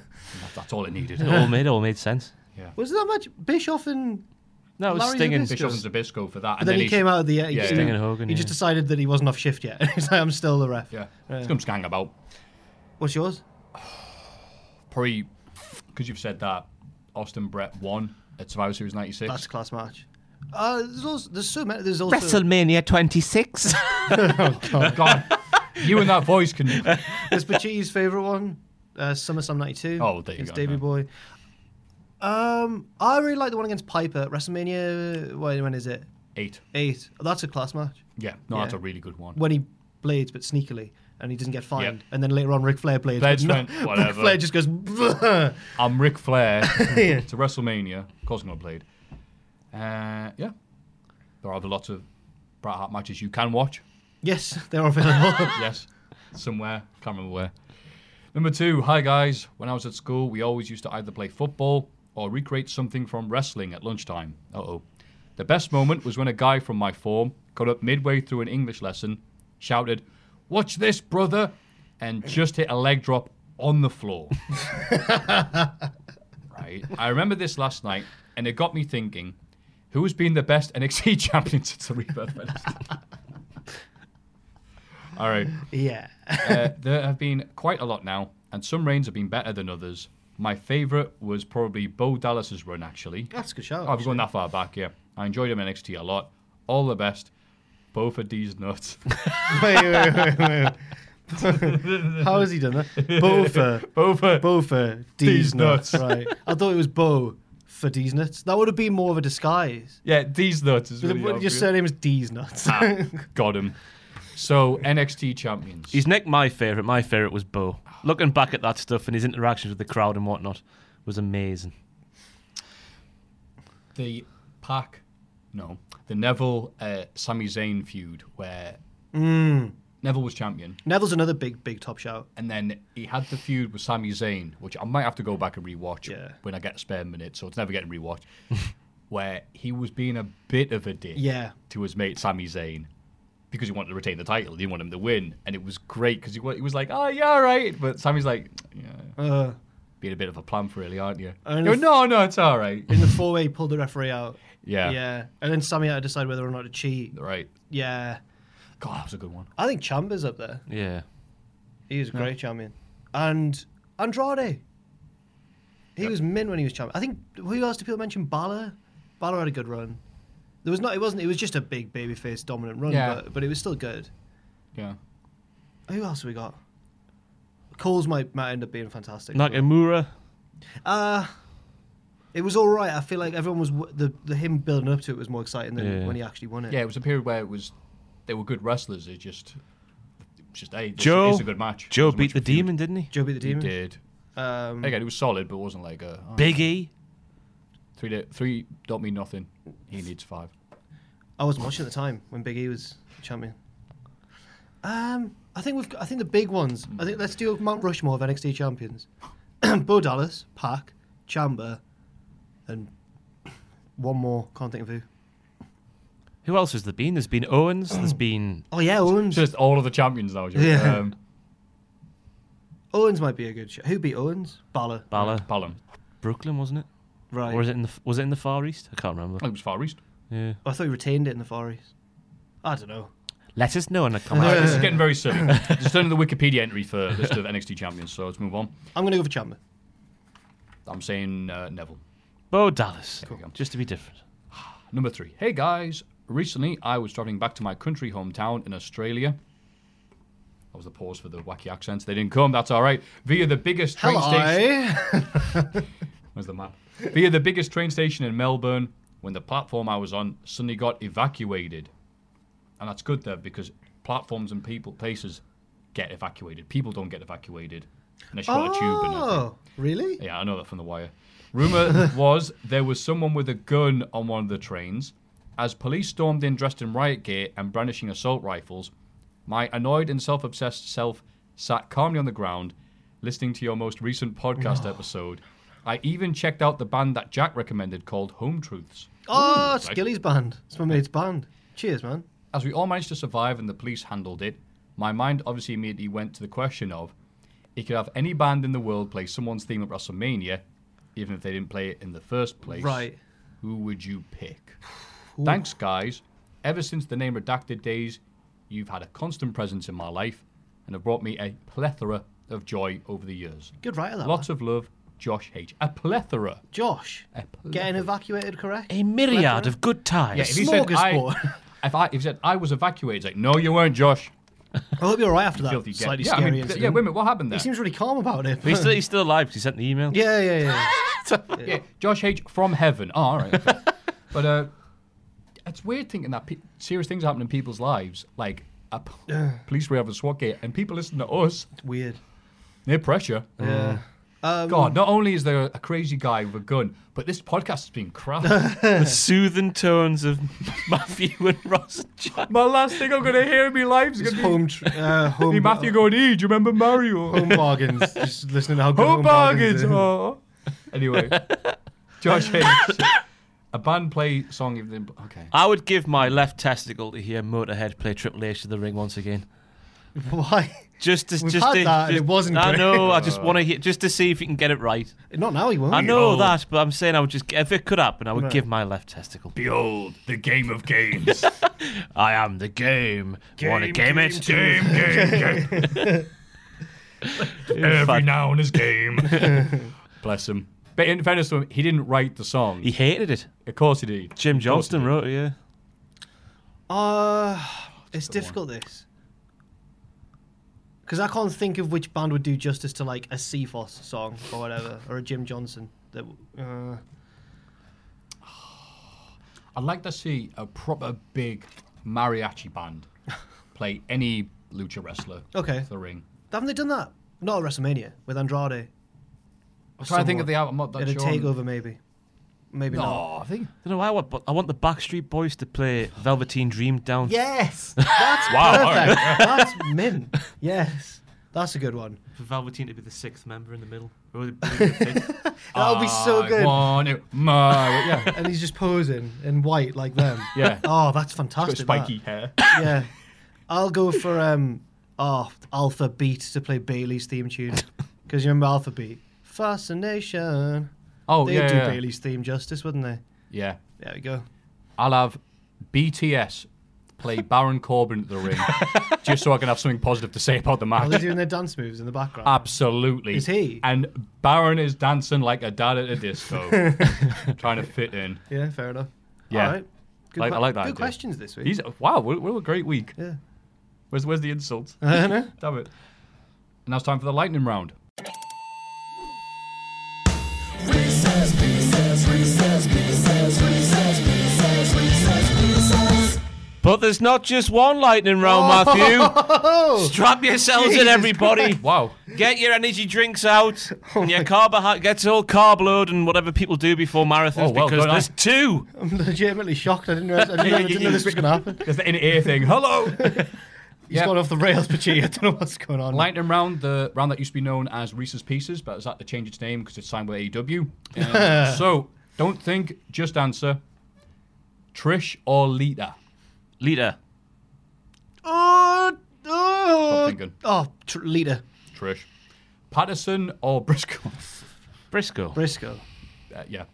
That's all it needed. It all made, it all made sense. Was there that much Bischoff and? No, it was Larry stinging. Davis. Bischoff and Zabisco for that. But then, he came out of the. Uh, he Yeah, just- yeah. Sting and Hogan, He yeah. just decided that he wasn't off shift yet. He's like, I'm still the ref. Yeah. It's going to hang about. What's yours? Probably, because you've said that, Austin Brett won at Survivor Series 96. That's a class match. Uh, there's, also, there's so many. There's also WrestleMania 26. Oh, God. You and that voice can. there's Pachiti's favorite one, uh, SummerSlam '92. Oh, there you against go, Davey yeah. Boy. Um, I really like the one against Piper at WrestleMania. When, when is it? Eight. Eight. That's a class match. Yeah. No, Yeah. that's a really good one. when he blades but sneakily and he doesn't get fined Yep. and then later on Ric Flair blades Blades but went, whatever. Ric Flair just goes "Bleh." I'm Ric Flair to WrestleMania. Of course, I'm going to Blade. Uh, yeah. There are other lots of Bret Hart matches you can watch. yes they're available Yes. Somewhere. Can't remember where. Number two. Hi, guys. When I was at school, we always used to either play football or recreate something from wrestling at lunchtime. Uh oh. The best moment was when a guy from my form got up midway through an English lesson, shouted, Watch this, brother! And just hit a leg drop on the floor. right? I remember this last night, and it got me thinking who has been the best NXT champion since the rebirth? of NXT? All right. yeah Uh, there have been quite a lot now, and some reigns have been better than others. My favourite was probably Bo Dallas's run, actually. that's a good shout I've gone that far back, yeah. I enjoyed him in NXT a lot. All the best. both of these nuts. wait, wait, wait, wait. How has he done that? uh, Bofa. Both of Bofa. These D's nuts. nuts. Right. I thought it was Bo for D's nuts. That would have been more of a disguise. yeah, these nuts is really What- Your obvious. Ah. surname is D's nuts. Got him. So NXT champions. He's nicked my favourite. My favourite was Bo. Looking back at that stuff and his interactions with the crowd and whatnot was amazing. the Pac, no, the Neville uh, Sami Zayn feud where Neville was champion, Neville's another big, big top shout. and then he had the feud with Sami Zayn, which I might have to go back and rewatch Yeah. when I get a spare minute, so it's never getting rewatched. where he was being a bit of a dick Yeah. to his mate Sami Zayn. Because he wanted to retain the title, he didn't want him to win, and it was great because he, wa- he was like, "Oh yeah, all right," but Sammy's like, yeah, Uh, "Being a bit of a plump, really, aren't you?" And You go, if- "No, no, it's all right." in the four way, pulled the referee out. Yeah. Yeah. And then Sammy had to decide whether or not to cheat. Right? Yeah. God, that was a good one. I think Chamber's up there. Yeah. He was a great champion. And Andrade. He was min when he was champion. I think who else did people mention? Balor? Balor had a good run. There was not it wasn't it was just a big babyface dominant run, Yeah. but, but it was still good. Yeah. Who else have we got? Coles might might end up being fantastic. Nakamura. uh it was all right. I feel like everyone was w- the, the him building up to it was more exciting than Yeah. when he actually won it. Yeah, it was a period where it was they were good wrestlers. It just, it's just hey, this Joe. is a good match. It Joe wasn't beat much the of a feud. demon, didn't he? Joe beat the He demon. did. Um, Again, it was solid, but it wasn't like a oh, Big E. three. da- Three don't mean nothing. He needs five. I wasn't watching at the time when Big E was champion. Um, I think we've. Got, I think the big ones. I think let's do Mount Rushmore of NXT champions: Bo Dallas, Pac, Chamber, and one more. Can't think of who. Who else has there been? There's been Owens. There's been Oh yeah, Owens. Just all of the champions now. Joe. Yeah. Um, Owens might be a good shot. Who beat Owens? Balor. Balor. Palin. Brooklyn, wasn't it? Right. Or is it in the was it in the Far East? I can't remember. I think it was Far East. Yeah. Oh, I thought he retained it in the Far East. I don't know. Let us know in the All right, comments. this is getting very silly. Just turn to the Wikipedia entry for list of NXT champions. So let's move on. I'm gonna go for Chamber. I'm saying uh, Neville. Bo Dallas. There we go. Just to be different. Number three. Hey guys, recently I was traveling back to my country hometown in Australia. That was the pause for the wacky accents. They didn't come. That's all right. Via the biggest train station. Hello. Where's the map? Via the biggest train station in Melbourne, when the platform I was on suddenly got evacuated. And that's good there because platforms and people places get evacuated. People don't get evacuated unless you've got a tube and everything. Oh, really? Yeah, I know that from The Wire. Rumor was there was someone with a gun on one of the trains. As police stormed in dressed in riot gear and brandishing assault rifles, my annoyed and self obsessed self sat calmly on the ground, listening to your most recent podcast episode. I even checked out the band that Jack recommended called Home Truths. Oh, it's Gilly's band. It's my mate's band. Cheers, man. As we all managed to survive and the police handled it, my mind obviously immediately went to the question of it could have any band in the world play someone's theme at WrestleMania, even if they didn't play it in the first place. Right. Who would you pick? Thanks, guys. Ever since the name redacted days, you've had a constant presence in my life and have brought me a plethora of joy over the years. Good writer that. Lots of love, Josh H. A plethora. Josh, A plethora. getting evacuated, correct? A myriad of good Yeah, times. if he said I, smorgasbord. if I if he said I was evacuated, it's like no, you weren't, Josh. I hope you're all right after that. Filthy gay. Slightly yeah, scary I mean, th- incident. yeah, wait a minute, what happened there? He seems really calm about it. But he's still, he's still alive because he sent the email. yeah, yeah, yeah. yeah, Josh H from heaven. Oh, all right. okay. but uh, it's weird thinking that pe- serious things happen in people's lives, like a p- police raid over SWAT gate, and people listen to us. It's weird. Near pressure. Mm. Yeah. Um, God, not only is there a crazy guy with a gun, but this podcast has been crap. The soothing tones of Matthew and Ross and Jack. My last thing I'm gonna hear in my life is Just gonna home, tr- uh, be, home, be Matthew going, "E, do you remember Mario? home bargains. Just listening to how good Who home bargains? bargains. Oh. are. Anyway, Josh H. A band play song. if they- Okay. I would give my left testicle to hear Motorhead play Triple H to the ring once again. Oh. Why? Just to, We've just had to, that and just- it wasn't I great. know. I just want to hear, just to see if he can get it right. Not now, he won't. I know old. that, but I'm saying I would just if it could happen, I would give my left testicle. Behold the game of games. I am the game. Want to game, it? Game, game, game. Every Fuck. now and his game. Bless him. But in fairness to him, he didn't write the song. He hated it. Of course he did. Jim Of course he Johnston did. wrote it. Yeah. Uh, it's difficult this. Because I can't think of which band would do justice to like a Seafoss song or whatever, or a Jim Johnson. That w- uh, I'd like to see a proper big mariachi band play any lucha wrestler Okay. to the ring. haven't they done that? Not at WrestleMania with Andrade. I'm trying to think of the album. I'm not At that a sure on- takeover, maybe. Maybe not. No, I think I don't know why I want, but I want the Backstreet Boys to play Velveteen Dream down. Yes, that's Wow, all perfect. That's mint. Yes, that's a good one. For Velveteen to be the sixth member in the middle. Or the- the fifth. That would be so I good. want it, my- yeah, And he's just posing in white like them. Yeah. Oh, that's got fantastic. spiky hair. that. Yeah. I'll go for um. Oh, Alpha Beat to play Bailey's theme tune because you remember Alpha Beat. Fascination. Oh They'd yeah, do yeah, Bailey's theme justice, wouldn't they? yeah. There we go. I'll have BTS play Baron Corbin at the ring, just so I can have something positive to say about the Are they match. doing their dance moves in the background? Ah. Absolutely. Is he? And Baron is dancing like a dad at a disco, trying to fit in. yeah, fair enough. Yeah. All right. Good Like- I like that idea. Good questions this week. These wow, what, what a great week. Yeah. Uh. Where's where's the insults? I know. Damn it. Now it's time for the lightning round. but there's not just one lightning round, Oh. Matthew. Strap yourselves in, everybody. Wow. Get your energy drinks out Oh and your carbohydrate. Get all carb load and whatever people do before marathons Oh, well because done, I- there's two. I'm legitimately shocked. I didn't realize, I didn't, Yeah, know- I yeah, didn't yeah, know this was going to happen. There's the in ear thing. Hello. He's Yeah. gone off the rails, Pachy. I don't know what's going on. Lightning round, the round that used to be known as Reese's Pieces, but has had to change its name because it's signed with AEW. Um, so don't think, just answer. Trish or Lita? Lita. Oh, Uh. Stop oh, thinking. oh tr- leader Trish. Patterson or Briscoe? Briscoe. Briscoe. Uh, yeah.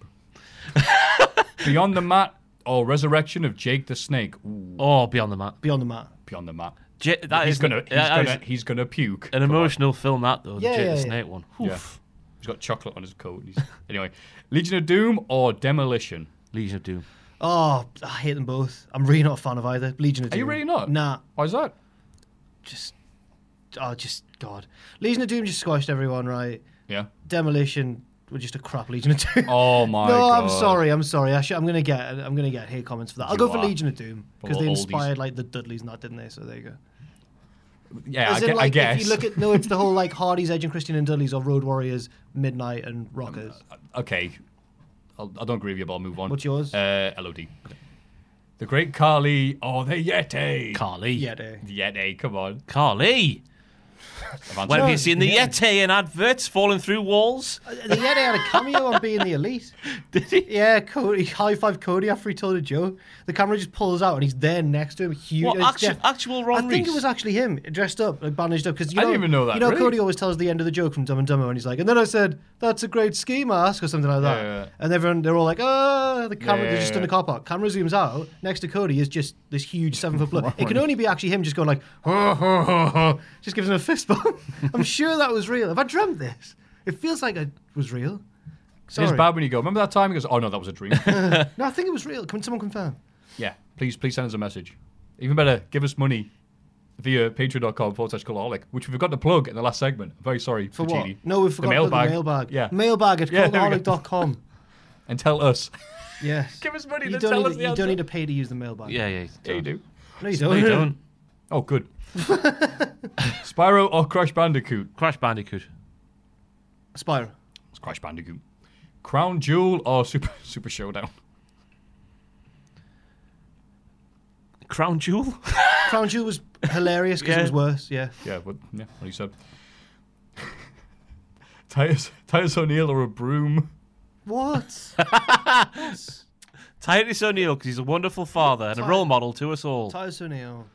Beyond the Mat or Resurrection of Jake the Snake? Ooh, Oh, beyond the mat. Beyond the mat. Beyond the Mat. J- that He's is- gonna, he's that is gonna, he's gonna puke. an emotional film. That though, Yeah, the Jake yeah, the yeah. Snake one. Yeah. Oof. He's got chocolate on his coat. and he's- anyway, Legion of Doom or Demolition? Legion of Doom. Oh, I hate them both. I'm really not a fan of either. Legion of Are Doom. you really not? Nah. Why is that? Just, oh, just God. Legion of Doom just squashed everyone, right? Yeah. Demolition were just a crap Legion of Doom. Oh my no, god. I'm sorry. I'm sorry. I should, I'm gonna get. I'm gonna get hate comments for that. I'll You go for are. Legion of Doom because Full they oldies. inspired like the Dudleys and that, didn't they? So there you go. Yeah, I, As gue- in, like, I guess. if you look at no, it's the whole like Hardy's, Edge, and Christian and Dudley's, or Road Warriors, Midnight, Um, and Rockers. uh, okay. I'll, I don't agree with you, but I'll move on. What's yours? Uh, LOD. The Great Carly or the Yeti? Carly. yeah, they. The Yeti, come on. Carly. I've answered When have you it. seen the Yeti in adverts falling through walls? The Yeti had a cameo on being the elite. Did he? Yeah, Cody high five Cody after he told a joke. The camera just pulls out and he's there next to him, huge. What, it's actu- def- actual Ron I think Reese? it was actually him, dressed up, like bandaged up. Because you I know, didn't even know that, You know, really. Cody always tells the end of the joke from Dumb and Dumber, and he's like, and then I said, "That's a great ski mask" or something like that. Yeah, yeah. And everyone, they're all like, "Ah!" The camera, Yeah, they're just yeah, in the yeah. car park. Camera zooms out. Next to Cody is just this huge seven foot bloke. It can only be actually him just going like, "Ho ho ho ho," just gives him a fist bump. I'm sure that was real. Have I dreamt this? It feels like it was real. It is Sorry. bad when you go, remember that time? He goes, oh no, that was a dream. No, I think it was real. Can someone confirm? yeah, please, please send us a message. Even better, give us money via patreon.com forward slash cultaholic, which we forgot to plug in the last segment. I'm very sorry For for what? Genie. No, we forgot the about mailbag. the mailbag. Yeah. Mailbag at Yeah, there we go. cultaholic.com. and tell us. Yes. Give us money, You then don't tell need us to, the You answer. don't need to pay to use the mailbag. Yeah, yeah. Yeah, you do. No, you No, don't. you don't. Oh, good. Spyro or Crash Bandicoot? Crash Bandicoot. Spyro. It's Crash Bandicoot. Crown Jewel or Super Super Showdown? Crown Jewel. Crown Jewel was hilarious because Yeah. it was worse. Yeah. Yeah, what, yeah, what you said. Titus, Titus O'Neill or a broom? What? Titus O'Neill because he's a wonderful father and a role model to us all. Titus O'Neill.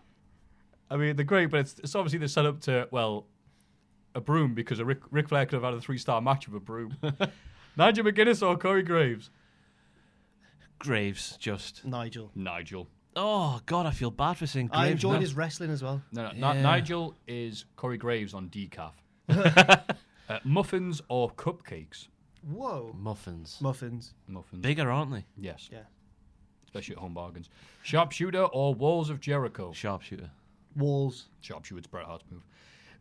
I mean, they're great, but it's, it's obviously the setup to, well, a broom because a Rick, Ric Flair could have had a three star match with a broom. Nigel McGuinness or Corey Graves? Graves, just. Nigel. Nigel. Oh God, I feel bad for saying Graves. I enjoyed now. his wrestling as well. No, no, Ni- Nigel is Corey Graves on decaf. uh, muffins or cupcakes? Whoa. muffins. Muffins. Muffins. Bigger, aren't they? Yes. Yeah. especially at home bargains. Sharpshooter or Walls of Jericho? Sharpshooter. Walls. Sharpshooter's Bret Hart's move.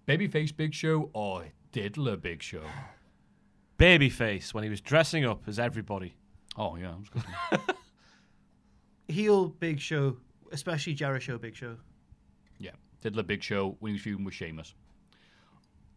Babyface Big Show or Diddler Big Show? Babyface when he was dressing up as everybody. Oh, yeah. that was good. Heel Big Show, especially Jericho Big Show. yeah. Diddler Big Show when he was feuding with Sheamus.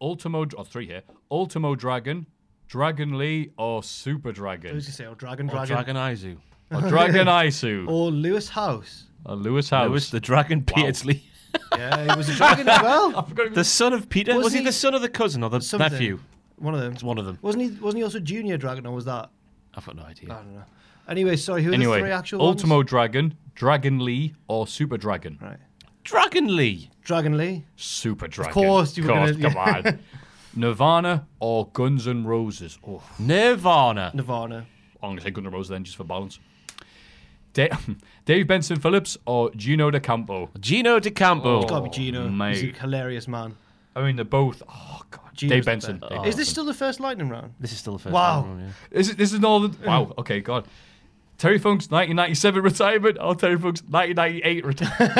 Ultimo, or three here. Ultimo Dragon, Dragon Lee or Super I was Dragon? gonna say, or Dragon Or Dragon Dragon. Izu. Or Dragon Isu? Or Lewis House. Or Lewis House? Lewis the Dragon Petersley. Yeah, he was a dragon as well. The son of Peter? Was, Was he, he- the son of the cousin or the Something. nephew? One of them. It's one of them. Wasn't he? Wasn't he also Junior Dragon, or was that? I've got no idea. I don't know. Anyway, sorry. Who are the three Anyway, actual Ultimo ones? Dragon, Dragon Lee, or Super Dragon? Right. Dragon Lee. Dragon Lee. Super Dragon. course you were God, gonna- come on. Nirvana or Guns N' Roses? Oh, Nirvana. Nirvana. I'm going to say Guns N' Roses then, just for balance. Da- Dave Benson Phillips or Gino De Campo? Gino DeCampo. It's got to be Gino. He's a mate. hilarious man. I mean, they're both. Oh, God. Gino's Dave the Benson. best. Dave Is this Benson. still the first lightning round? This is still the first Wow. one. yeah. This is, this is all the. Wow. Okay, God. Terry Funk's 1997 retirement or Terry Funk's 1998 retirement?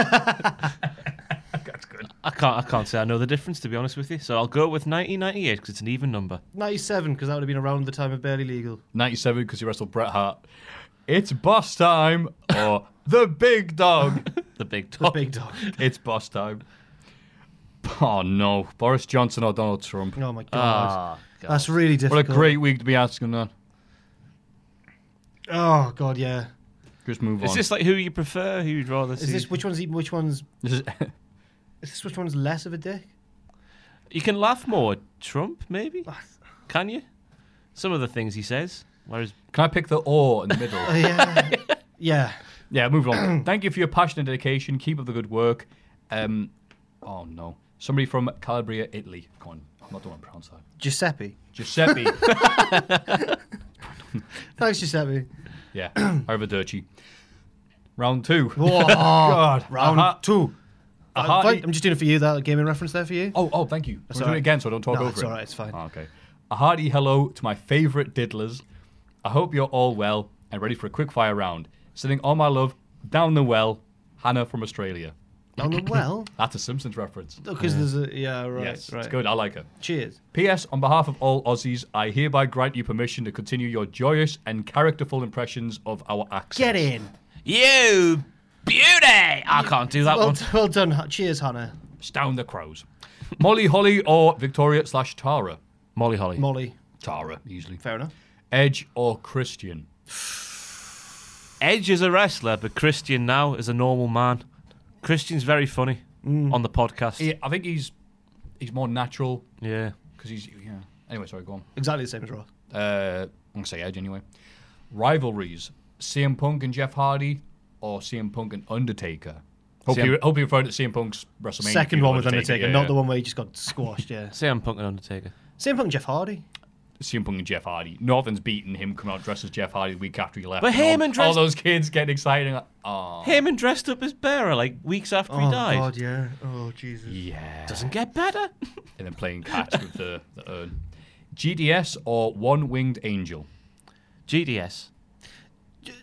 I can't. I can't say I know the difference to be honest with you. So I'll go with 1998 because it's an even number. 97, because that would have been around the time of Barely Legal. 97 because he wrestled Bret Hart. It's boss time or the big dog. Oh, The big top. The big dog. It's boss time. Oh no, Boris Johnson or Donald Trump? Oh my Ah, god. That's What really a difficult. great week to be asking that. Oh god, yeah. Just move Is on. this like who you prefer? Who you'd rather see? Is this which one's even which one's This is- is this which one's less of a dick? You can laugh more. at Trump, maybe? Can you? Some of the things he says. Whereas can I pick the or in the middle? Uh, yeah. yeah. yeah, move on. Thank you for your passion and dedication. Keep up the good work. Um, oh no, somebody from Calabria, Italy. Come on, I'm not the one to pronounce that. Giuseppe. Giuseppe. Thanks, Giuseppe. yeah, Arrivederci. Round two. Oh, God. Round Aha. two. Aha. Uh, fight- I'm just doing it for you, that gaming reference there for you. Oh, oh, thank you. I'm doing alright. it again, so I don't talk No, over it's it. alright, it's fine. Ah, okay. A hearty hello to my favourite diddlers. I hope you're all well and ready for a quick fire round. Sending all my love down the well, Hannah from Australia. On the well. That's a Simpsons reference. Because there's a yeah, right. yes, right. it's good. I like her. Cheers. P.S. On behalf of all Aussies, I hereby grant you permission to continue your joyous and characterful impressions of our accents. Get in. you beauty, I can't do that Well, one. d- well done. Ha- Cheers, Hannah. Stown the crows. Molly Holly or Victoria slash Tara? Molly Holly. Molly. Tara, easily. Fair enough. Edge or Christian? Edge is a wrestler, but Christian now is a normal man. Christian's very funny Mm. on the podcast. Yeah, I think he's he's more natural yeah. because he's yeah. Anyway, sorry, go on. Exactly the same as Ross. Uh, I'm gonna say Edge anyway. Rivalries: CM Punk and Jeff Hardy, or CM Punk and Undertaker. Hope CM you hope you referred to CM Punk's WrestleMania. Second feud one with Undertaker, yeah, not yeah. the one where he just got squashed, yeah. CM Punk and Undertaker. Same thing, Jeff Hardy. CM Punk and Jeff Hardy. Northern's beating him, coming out dressed as Jeff Hardy the week after he left. But all- Heyman dressed- all those kids getting excited. Like, oh Heyman dressed up as Bearer like weeks after he died. Oh, God, yeah. Oh, Jesus. yeah, Doesn't get better. and then playing catch with the, the uh, urn. GDS or One Winged Angel. GDS.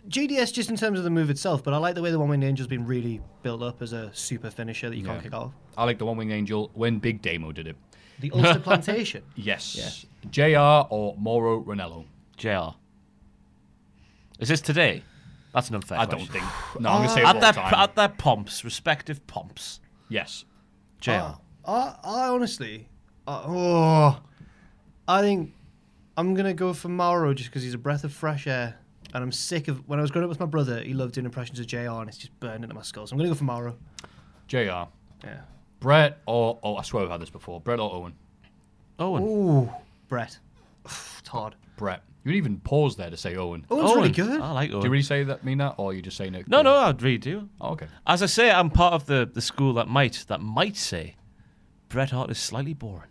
GDS just in terms of the move itself, but I like the way the One Winged Angel's been really built up as a super finisher that you can't Yeah. kick off. I like the One Winged Angel when Big Damo did it. The Ulster Plantation. Yes. JR or Moro Ranello? JR. Is this today? That's an unfair I question. don't think. No, I'm going to say At at their, time. at their pomps, respective pomps. yes. JR. I, Ah, I honestly, I, oh, I think I'm gonna go for Mauro just because he's a breath of fresh air, and I'm sick of. When I was growing up with my brother, he loved doing impressions of Jr. and it's just burned into my skull. So I'm gonna go for Mauro. JR. Yeah. Brett or. Oh, I swear I've had this before. Brett or Owen? Oh. Owen. Ooh, Brett. It's hard. Brett. You didn't even pause there to say Owen. Owen's Owen. Oh, really good. I like Do you Owen. really say that, mean that? Or are you just saying it? no, no, I'd really do. Oh, okay. As I say, I'm part of the, the school that might that might say Bret Hart is slightly boring.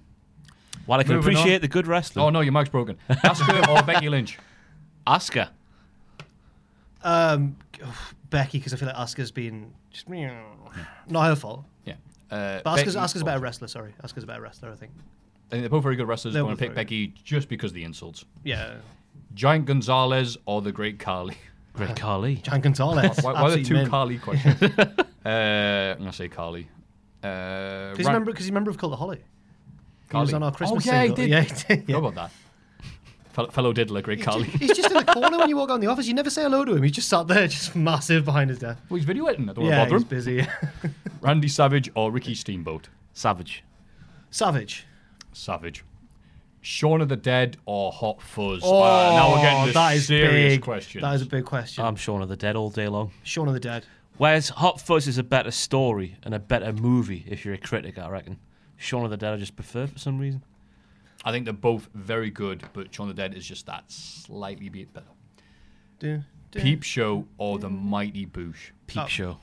While I can Moving appreciate on. the good wrestling, Oh, no, your mic's broken. Asuka or Becky Lynch? Asuka. Um, Becky, because I feel like Asuka's been just not her fault. Yeah. Uh, But Asuka's, Becky- Asuka's a oh, better wrestler. Sorry, Asuka's a better wrestler. I think. I think They're both very good wrestlers. They're I'm going both to pick very Becky just because of the insults. Yeah. Giant Gonzalez or the Great Carly? Great Carly. John Gonzalez. Why, why the Absolute two men. Carly questions? uh, I'm gonna say Carly. Uh, 'Cause he's a member, because he's a member of Cultaholic. He was Carly. on our Christmas Oh, yeah, he single. did. Yeah, he did. How yeah. about that? Fel- Fellow diddler, Greg Carly. He's just in the corner when you walk on the office. You never say hello to him. He's just sat there, just massive behind his desk. well, he's video editing. I don't Yeah, want to he's bother him. busy. Randy Savage or Ricky Steamboat? Savage. Savage. Savage. Shaun of the Dead or Hot Fuzz? Uh, now we're getting to Oh, that is serious big. questions. Um, That is a big question. I'm Shaun of the Dead all day long. Shaun of the Dead. Whereas Hot Fuzz is a better story and a better movie if you're a critic, I reckon. Shaun of the Dead I just prefer for some reason. I think they're both very good, but Shaun of the Dead is just that slightly bit better. Do- do- Peep Show or The Mighty Boosh? Peep Show.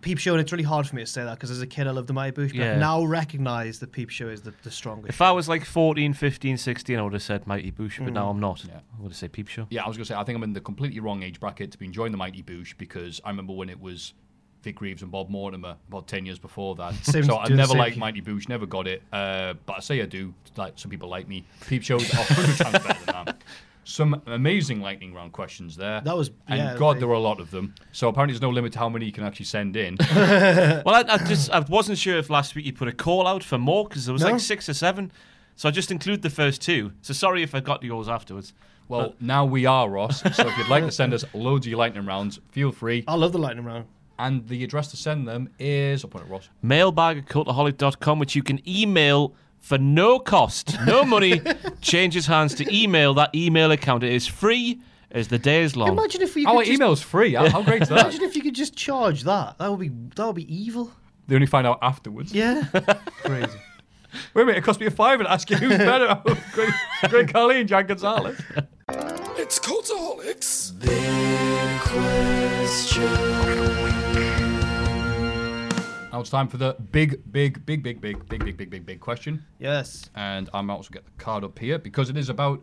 Peep Show, and it's really hard for me to say that because as a kid I loved the Mighty Boosh, but Yeah. I've now recognise that Peep Show is the, the strongest. If I was like 14, 15, 16, I would have said Mighty Boosh, but now I'm not. I would have said Peep Show. Yeah, I was gonna say I think I'm in the completely wrong age bracket to be enjoying the Mighty Boosh because I remember when it was Vic Reeves and Bob Mortimer about ten years before that. Same- so I do the never same. liked Mighty Boosh, never got it. Uh, but I say I do. Like some people like me. Peep shows are hundred times better than that. Some amazing lightning round questions there. That was- and yeah, God, they- there were a lot of them. So apparently, there's no limit to how many you can actually send in. Well, I, I just I wasn't sure if last week you put a call out for more because there was No. like six or seven, so I just include the first two. So sorry if I got to yours afterwards. well, now we are Ross. So if you'd like to send us loads of your lightning rounds, feel free. I love the lightning round. And the address to send them is I'll put it Ross. Mailbag at cultaholic.com, which you can email for no cost, no money. Changes hands to email that email account. It is free as the day is Oh. long. Imagine if you could Our just, email's free. How, how great is that? imagine if you could just charge that. That would be that would be evil. They only find out afterwards. Yeah. Crazy. Wait a minute, it cost me a five and ask you who's better. Oh, Great, great Carly and John Gonzalez. It's Cultaholics. Now it's time for the big, big, big, big, big, big, big, big, big, big question. Yes. And I'm also get the card up here because it is about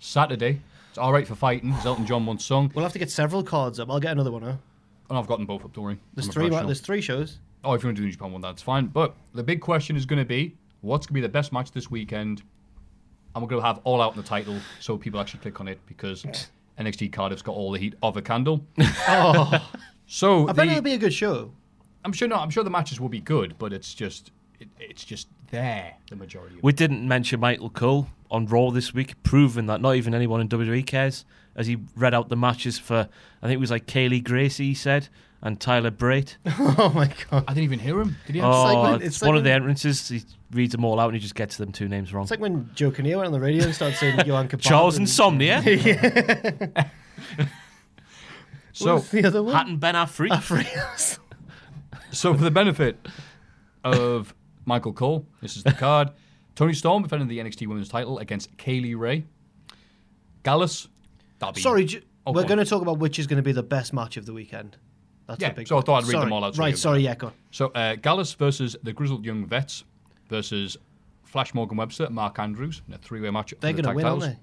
Saturday. It's all right for fighting. It's Elton John once song. We'll have to get several cards up. I'll get another one, huh? And I've gotten both up, don't worry. There's I'm a three professional. there's three shows. Oh, if you want to do the New Japan one, that's fine. But the big question is going to be what's going to be the best match this weekend? And we're going to have All Out in the title so people actually click on it because NXT Cardiff's got all the heat of a candle. So Oh. I bet the- it'll be a good show. I'm sure not. I'm sure the matches will be good, but it's just it, it's just there the majority. Of We didn't mention Michael Cole on Raw this week, proving that not even anyone in WWE cares. As he read out the matches for, I think it was like Kaylee Gracie, he said, and Tyler Brait. Oh my god. I didn't even hear him. Did he? Oh, like when- it's, it's like one of the when- entrances. He reads them all out and he just gets them two names wrong. It's like when Joe Kinnear went on the radio and started saying Johan Kebab. Charles Insomnia, so the other one. Hatton Ben Afri. so for the benefit of Michael Cole, this is the card. Tony Storm defending the NXT Women's Title against Kaylee Ray. Gallus. That'll be- Sorry, J- Oh, go we're on. going to talk about which is going to be the best match of the weekend. That's Yeah, the big. so I thought I'd read sorry. them all out so Right, you've sorry, yeah, go. on. So uh, Gallus versus the Grizzled Young Vets versus Flash Morgan Webster, Mark Andrews in a three-way match. They're going going to to win, aren't they?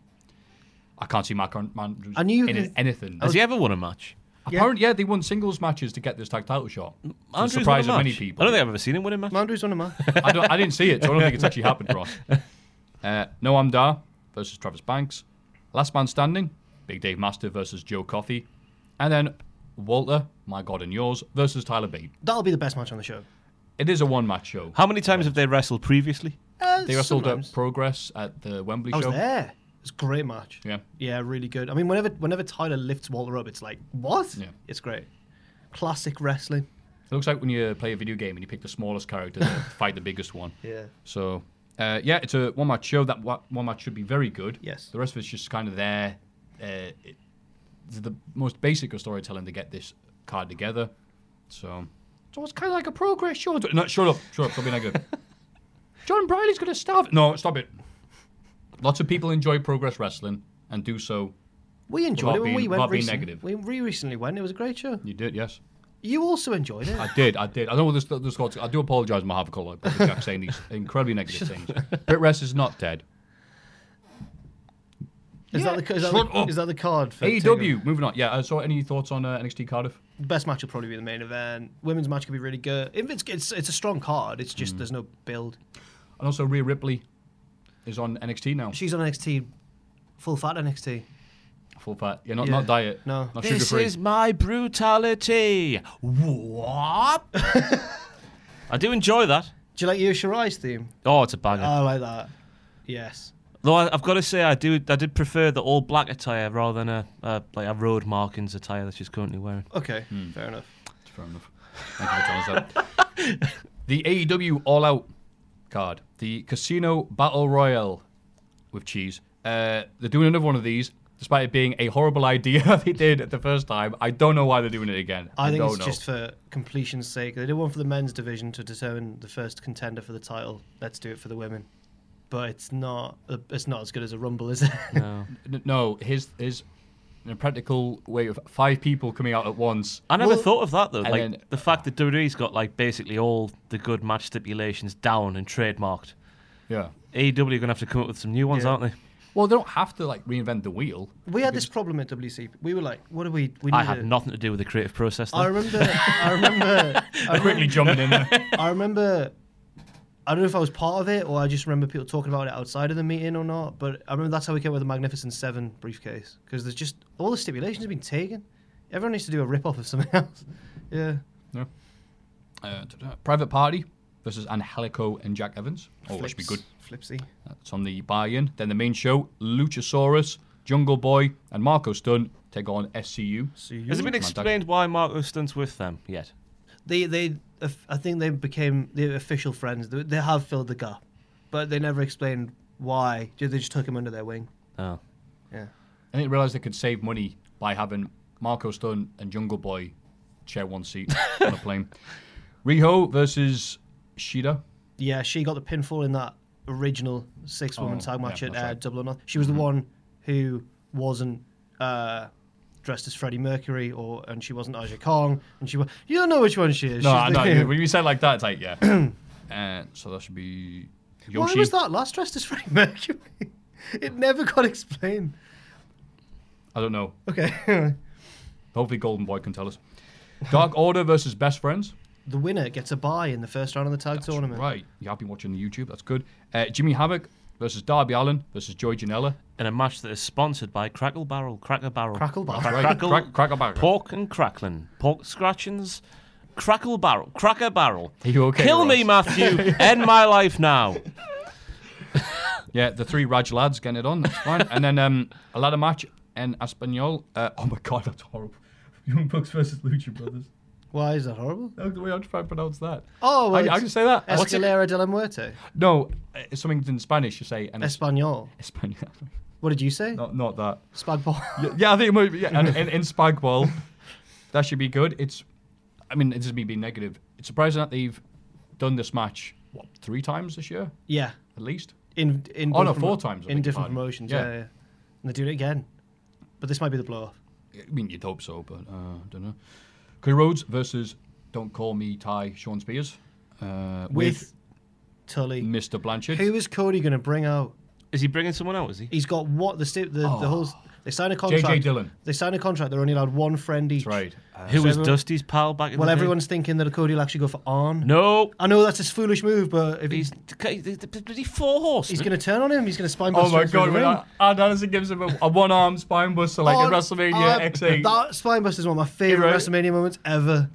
I can't see Mark An- Andrews I knew you in were gonna- anything. Has he ever won a match? Apparently, yeah, they won singles matches to get this tag title shot. To the Andrew's won surprise a of many match. people. I don't think I've ever seen him win a match. Mandrew's one of mine. I, don't, I didn't see it, so I don't think it's actually happened, Ross. Uh, Noam Dar versus Travis Banks. Last man standing, Big Dave Master versus Joe Coffey. And then Walter, my God and yours, versus Tyler Bate. That'll be the best match on the show. It is a one match show. How many times have they wrestled previously? Uh, They wrestled sometimes. at Progress at the Wembley I was show. there. It's a great match. Yeah. Yeah, really good. I mean, whenever whenever Tyler lifts Walter up, it's like what? Yeah. It's great. Classic wrestling. It looks like when you play a video game and you pick the smallest character to fight the biggest one. Yeah. So, uh, yeah, it's a one match show. That wa- one match should be very good. Yes. The rest of it's just kind of there. Uh, it, it's the most basic of storytelling to get this card together. So, so it's kind of like a progress show. No, shut up. Shut up. Stop being that good. John Briley's going to starve. No, stop it. Lots of people enjoy progress wrestling and do so. We enjoyed Without it when we being- went without being recently. negative. We we recently went. It was a great show. You did, yes. You also enjoyed it. I did, I did. I know this, this got I do apologise on behalf of Colin for Jack saying these incredibly negative things. Britt Rest is not dead. Is that the is that Shut the, up. E is that the card for AEW, moving on. Yeah, uh, so any thoughts on uh, NXT Cardiff? Takeover? Best match will probably be the main event. Women's match could be really good. If it's it's, it's a strong card. It's Mm. just there's no build. And also Rhea Ripley is on NXT now. She's on NXT, full fat NXT. full fat. Yeah, not Yeah. not diet. No. not sugar This free. is my brutality. What? I do enjoy that. Do you like your Shirai's theme? Oh, it's a banger. I like that. Yes. Though I, I've got to say, I do. I did prefer the all black attire rather than a, a like a road markings attire that she's currently wearing. Okay. Hmm. Fair enough. Fair enough. Thank you for telling us that. the AEW All Out card, the Casino Battle Royale with cheese. Uh, they're doing another one of these, despite it being a horrible idea they did at the first time. I don't know why they're doing it again. I think don't it's know. just for completion's sake. They did one for the men's division to determine the first contender for the title. Let's do it for the women. But it's not. uh, It's not as good as a rumble, is it? N- no. His his practical way of five people coming out at once. I never thought of that though. and Like then- uh, the fact that WWE's got like basically all the good match stipulations down and trademarked. Yeah. AEW are going to have to come up with some new ones, aren't they? Well, they don't have to like reinvent the wheel. we had this problem at WC. We were like, "What do we? We need I had a- nothing to do with the creative process. I There. remember. I remember. I remember, Quickly jumping in there. I remember. I don't know if I was part of it or I just remember people talking about it outside of the meeting or not. But I remember that's how we came up with the Magnificent Seven briefcase because there's just all the stipulations have been taken. Everyone needs to do a rip off of something else. Yeah. Uh, ta-ta. Private Party versus Angelico and Jack Evans. Oh, that should be Flips- good. Flipsy. That's on the buy-in. Then the main show: Luchasaurus, Jungle Boy, and Marco Stunt take on SCU. Has it been explained why Marco Stunt's with them yet? They they uh, I think they became the official friends. They, they have filled the gap, but they never explained why. They just took him under their wing. Oh. Yeah. I didn't realize they could save money by having Marco Stunt and Jungle Boy share one seat on a plane. Riho versus Shida. Yeah, she got the pinfall in that original six woman Oh, tag match yeah, at uh, that's right. Mm-hmm. Double or Nothing. She was the one who wasn't uh, dressed as Freddie Mercury, or and she wasn't Aja Kong, and she was. You don't know which one she is. No, She's I the- know. When you say it like that, it's like yeah. uh, so that should be Why Yoshi. was that last dressed as Freddie Mercury? it never got explained. I don't know. Okay. Hopefully, Golden Boy can tell us. Dark Order versus Best Friends. the winner gets a bye in the first round of the tag tournament. Right, you have been watching YouTube. That's good. Uh, Jimmy Havoc versus Darby Allen versus Joy Janela. In a match that is sponsored by Crackle Barrel, Cracker Barrel, Crackle Barrel. Crack- Right, Crackle, crack- Cracker Barrel. Pork and crackling, pork scratchings, Crackle Barrel, Cracker Barrel. Are you okay, Kill me, Ross? Matthew. End my life now. Yeah, the three Raj lads getting it on. That's fine. and then um, a ladder match in Espanol. Uh, oh my god, that's horrible. Young Bucks versus Lucha Brothers. Why is that horrible? That's the way I'm trying to pronounce that. Oh, well, I, I it's can say that. What's it? Escalera de la Muerte. No, uh, it's something in Spanish you say. And it's Espanol. Espanol. What did you say? not, not that. Spagbol. Yeah, yeah, I think it might be. Yeah, and in, in Spagbol, that should be good. It's, I mean, this is me being negative. It's surprising that they've done this match what three times this year yeah. at least. In in Oh, no, different- four times, I beg in your different pardon. promotions. Yeah. Yeah. yeah, And they do it again, but this might be the blow off. I mean, you'd hope so, but uh, I don't know. Cody Rhodes versus Don't Call Me Ty Sean Spears uh, With with, Tully, Mr. Blanchard. who is Cody going to bring out? Is he bringing someone out? Is he? He's got what the sti- the, the whole. They sign a contract. Oh. Dillon. They sign a contract. They're only allowed one friend each. That's right. Mm-hmm. Who was everyone- Dusty's pal back in Well, the day? everyone's thinking that Cody will actually go for Arn. No, I know that's his foolish move, but if he's he's he's the bloody four horse. he's going to turn on him, he's going to spine. Oh my buster him through god, the when ring. I- Arn Anderson gives him a, a one arm spine buster like in Oh, WrestleMania uh, X8. That Spinebuster is one of my favorite Hero. WrestleMania moments ever.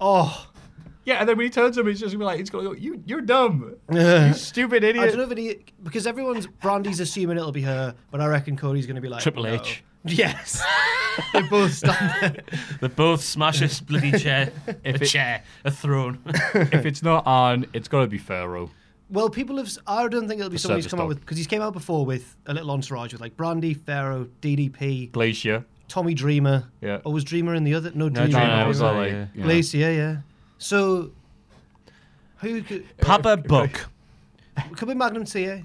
Oh, yeah, and then when he turns him, he's just gonna be like, he's gonna go, you, You're dumb. I You stupid idiot. don't know if any because everyone's Brandy's assuming it'll be her, but I reckon Cody's going to be like Triple no. H. Yes, they both stand there. They both smash a bloody chair, a If it- chair, a throne. if it's not on, it's got to be Pharaoh. Well, people have. s- I don't think it'll be The someone who's service come out dog. with because he's came out before with a little entourage with like Brandy, Pharaoh, DDP, Glacier. Tommy Dreamer. Yeah. Or was Dreamer in the other? No, Dreamer. Dreamer Dreamer was was on like, yeah. yeah. Glacier, Oh, yeah. So, who could? Papa Buck. Could be Magnum TA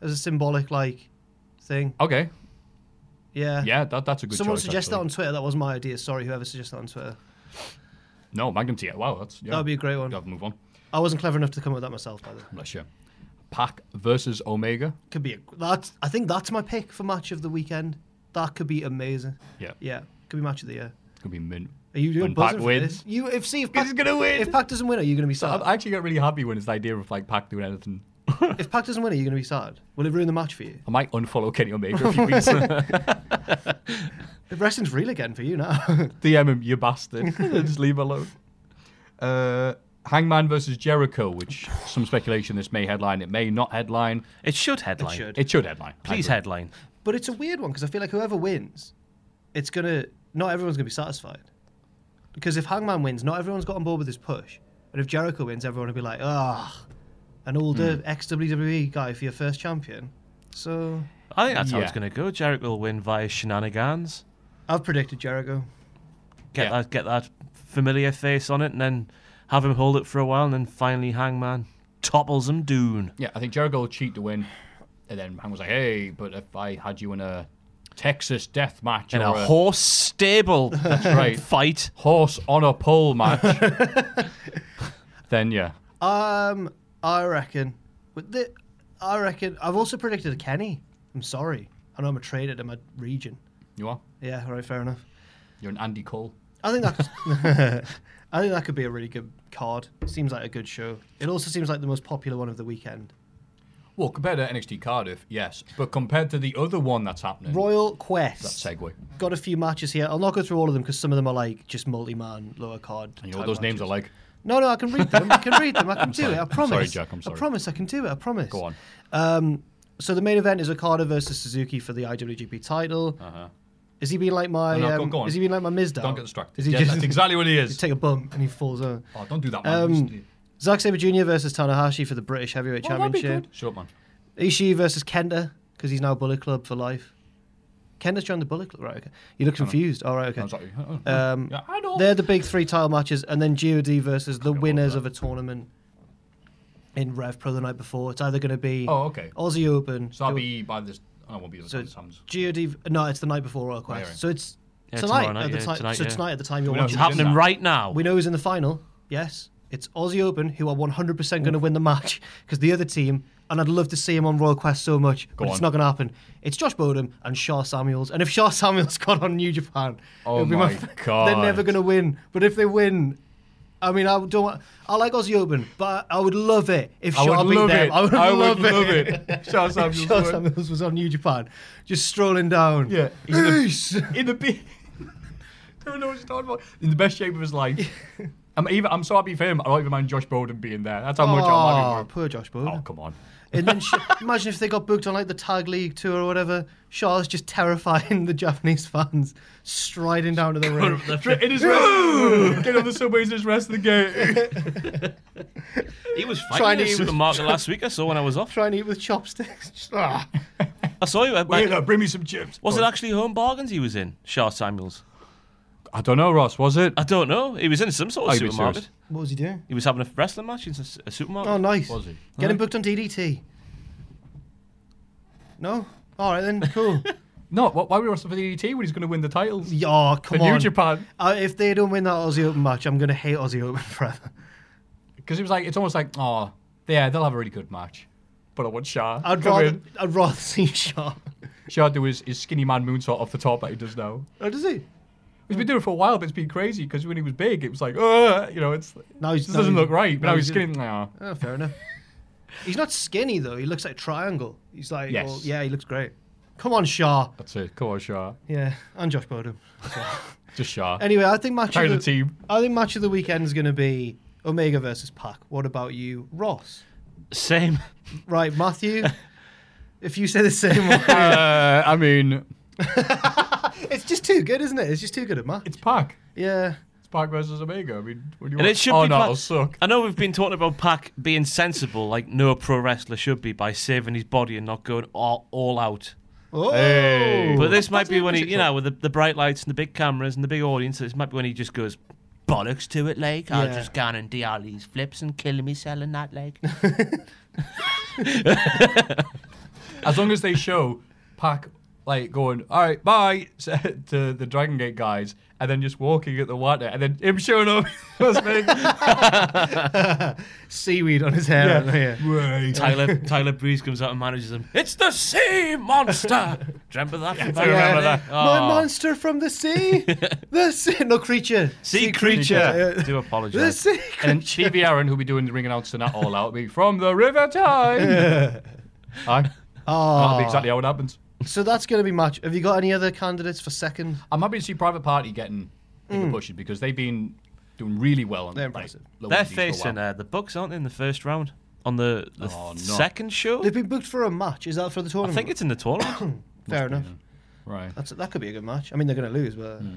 as a symbolic like thing. Okay. Yeah. Yeah, that, that's a good Someone choice, suggested that actually. on Twitter. That was my idea. Sorry, whoever suggested that on Twitter. No, Magnum TA. Wow, that's. Yeah. That would be a great one. Yeah, move on. I wasn't clever enough to come up with that myself, by the way. Bless you. Pac versus Omega. Could be a, that's. I think that's my pick for match of the weekend. That could be amazing. Yeah. Yeah, could be match of the year. It's going to be mint. Are you doing When Pac buzzing for wins. this? You if see if He's Pac, gonna win. If Pac doesn't win, are you gonna be So sad? I actually get really happy when it's the idea of like Pac doing anything. if Pac doesn't win, are you going to be sad? Will it ruin the match for you? I might unfollow Kenny Omega for a few weeks. The wrestling's real again for you now. DM him, you bastard. Just leave him alone. Uh, Hangman versus Jericho, which some speculation this may headline, it may not headline. It should headline. should. It should headline. I Please agree. headline. but it's a weird one because I feel like whoever wins, it's going to, not everyone's going to be satisfied. Because if Hangman wins, not everyone's got on board with his push. And if Jericho wins, everyone will be like, ah, an older ex WWE E guy for your first champion. So I think that's how it's Yeah. going to go. Jericho will win via shenanigans. I've predicted Jericho. Get Yeah. that get that familiar face on it, and then have him hold it for a while, and then finally Hangman topples him doon. Yeah, I think Jericho will cheat to win. And then Hangman's like, hey, but if I had you in a Texas death match In or a horse stable right, fight. horse on a pole match, then yeah. Um, I reckon. With the, I reckon. I've also predicted a Kenny. I'm sorry. I know I'm a traitor to my region. You are? Yeah, all right, fair enough. You're an Andy Cole. I think that. I think that could be a really good card. Seems like a good show. It also seems like the most popular one of the weekend. Well, compared to NXT Cardiff, yes. But compared to the other one that's happening, Royal that Quest. segue. Got a few matches here. I'll not go through all of them because some of them are like just multi-man lower card. You know type what those names matches. are like? No, no, I can read them. I can read them. I can do sorry. it. I I'm promise. sorry, Jack, I'm sorry. I promise. I can do it. I promise. Go on. So the main event is Okada versus Suzuki for the IWGP title. Uh-huh. Is he being like my? Oh, No, no, go- um, go on. Is he being like my Mizdow? Don't get distracted. Is he Yeah, just that's exactly what he is. just take a bump and he falls over? Oh, don't do that, man. Um, Just- Zack Sabre Jr. versus Tanahashi for the British Heavyweight Championship. Shut up, man. Ishii versus Kenta because he's now Bullet Club for life. Kenta's joined the Bullet Club, right? Okay. You look confused. All right, okay. I'm sorry. Um, Yeah, I know. They're the big three title matches, and then God versus the winners of a tournament in Rev Pro the night before. It's either going to be Oh, okay. Aussie Open. So I'll be by this. I won't be. So So, Sam's. GOD, no, it's the night before Royal Quest. right. So it's Yeah, tonight, tomorrow at night, the yeah, time. tonight, so yeah. tonight at the time you're we know watching. It's who's this. in happening that? right now. We know who's in the final. Yes, it's Aussie Open who are 100% going to win the match because the other team. And I'd love to see him on Royal Quest so much, but it's on. not going to happen. It's Josh Bodum and Shaw Samuels, and if Shaw Samuels got on New Japan, Oh it'll be my f- they're God. never going to win. But if they win, I mean, I don't. Want, I like Aussie Open, but I would love it if I Shaw would beat love them. it. I would love it. it. Shout out If Samuel's Shaw word. Samuels was on New Japan, just strolling down. Yeah. Ace! in the be- I don't know what you're talking about. In the best shape of his life. I'm even. I'm so happy for him. I don't even mind Josh Bowden being there. That's how much I'm Oh, happy for him. poor Josh Bodum. Oh, come on. And then sh- imagine if they got booked on like the Tag League tour or whatever. Shaw's just terrifying the Japanese fans, striding down to the ring. In his rest, get on the subways. Just rest of the game. He was Trying fighting to you with s- the market last week. I saw when I was off. Try and eat with chopsticks. Just, ah. I saw you. At, Wait, no, bring me some chips. was it actually Home Bargains he was in? Shaw Samuels. I don't know, Ross. Was it? I don't know. He was in some sort of Oh, you'd be supermarket. serious. What was he doing? He was having a wrestling match in a s- a supermarket. Oh, nice. Was he? Getting booked on DDT. No? All right, then, cool. No. What, why were we wrestling for the ET when he's going to win the titles? Yeah, oh, For come New on. Japan. Uh, if they don't win that Aussie Open match, I'm going to hate Aussie Open forever. Because it was like it's almost like oh yeah they'll have a really good match, but I want Shah. I'd Come rather, in. I'd rather see Shaw. Shah do his, his skinny man moonsault off the top that he does now. Oh, does he? He's been doing it for a while, but it's been crazy because when he was big, it was like uh you know it's Now now he's- this doesn't now look he's- right. But now now he's he's skinny. Nah. Oh, fair enough. He's not skinny though. He looks like a triangle. He's like, Yes. well, yeah, he looks great. Come on, Shaw. That's it. Come on, Shah. Yeah, and Josh Bodum. Just Shah. Anyway, I think match Carry of the team. I think match of the weekend is going to be Omega versus Pac. What about you, Ross? Same. Right, Matthew. if you say the same one, uh, I mean, it's just too good, isn't it? It's just too good at math. it's Pac. Yeah. It's Pac versus Omega. I mean, what do you And want? it should oh, be no, Pac- it'll suck. I know we've been talking about Pac being sensible, like no pro wrestler should be, by saving his body and not going all, all out. Oh. Hey. But this might be when he, you know, with the, the bright lights and the big cameras and the big audience, this might be when he just goes bollocks to it, like I'll Yeah. just go on and do all these flips and kill myself and that, like. As long as they show Pac like going, all right, bye to the Dragon Gate guys, and then just walking at the water, and then him showing up. was me. Seaweed on his hair. Yeah. aren't they? Yeah. Tyler Tyler Breeze comes out and manages him. It's the sea monster. Do you remember that? I Yeah. remember that. My Oh. monster from the sea. the sea. No creature. sea, creature. Yeah. Do The apologise. sea. and Stevie Aaron, who'll be doing the ring announcing that all out, be from the River Tyne. Aye. That'll Ah. be exactly how it happens. So that's going to be match. Have you got any other candidates for second? Oh. I'm happy to see Private Party getting bigger pushes because they've been doing really well on Hmm. They're like, impressive. low They're indies for a while. facing uh, the Bucks, aren't they, in the first round on the, the Oh, no. second show? They've been booked for a match. Is that for the I tournament? think it's in the tournament. fair enough. right. That's that could be a good match. I mean, they're going to lose, but Hmm.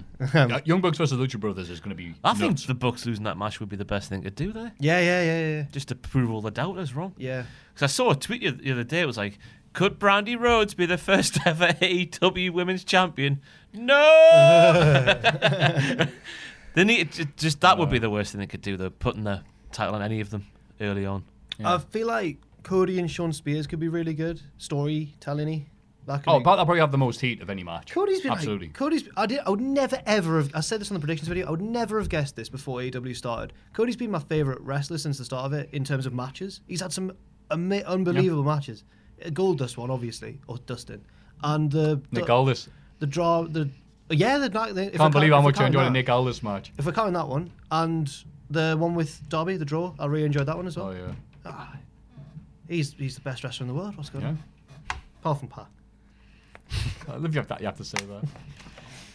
Yeah, Young Bucks versus Lucha Brothers is going to be. I think nuts. the Bucks losing that match would be the best thing to do there, yeah, yeah, yeah, yeah, just to prove all the doubters wrong. yeah. Because I saw a tweet the- the other day. It was like, could Brandy Rhodes be the first ever AEW Women's Champion? No. they need ju- just that would be the worst thing they could do. though, putting the title on any of them early on. I feel like Cody and Sean Spears could be really good storytelling-y. That could Oh, be- but they'll probably have the most heat of any match. Cody's been absolutely. Like, Cody's. I did. I would never ever have. I said this on the predictions video. I would never have guessed this before AEW started. Cody's been my favorite wrestler since the start of it in terms of matches. He's had some ama- unbelievable matches. A Gold Dust one, obviously, or Dustin, and the Nick the, Aldis. the draw. The yeah, the, night- the if I Can't believe how if I much I count enjoyed a that- Nick Aldis match. If we're counting that one and the one with Darby, the draw, I really enjoyed that one as well. Oh yeah. He's he's the best wrestler in the world. What's going Yeah. on? Apart from Pat. I love you have that. Uh, You have to say that.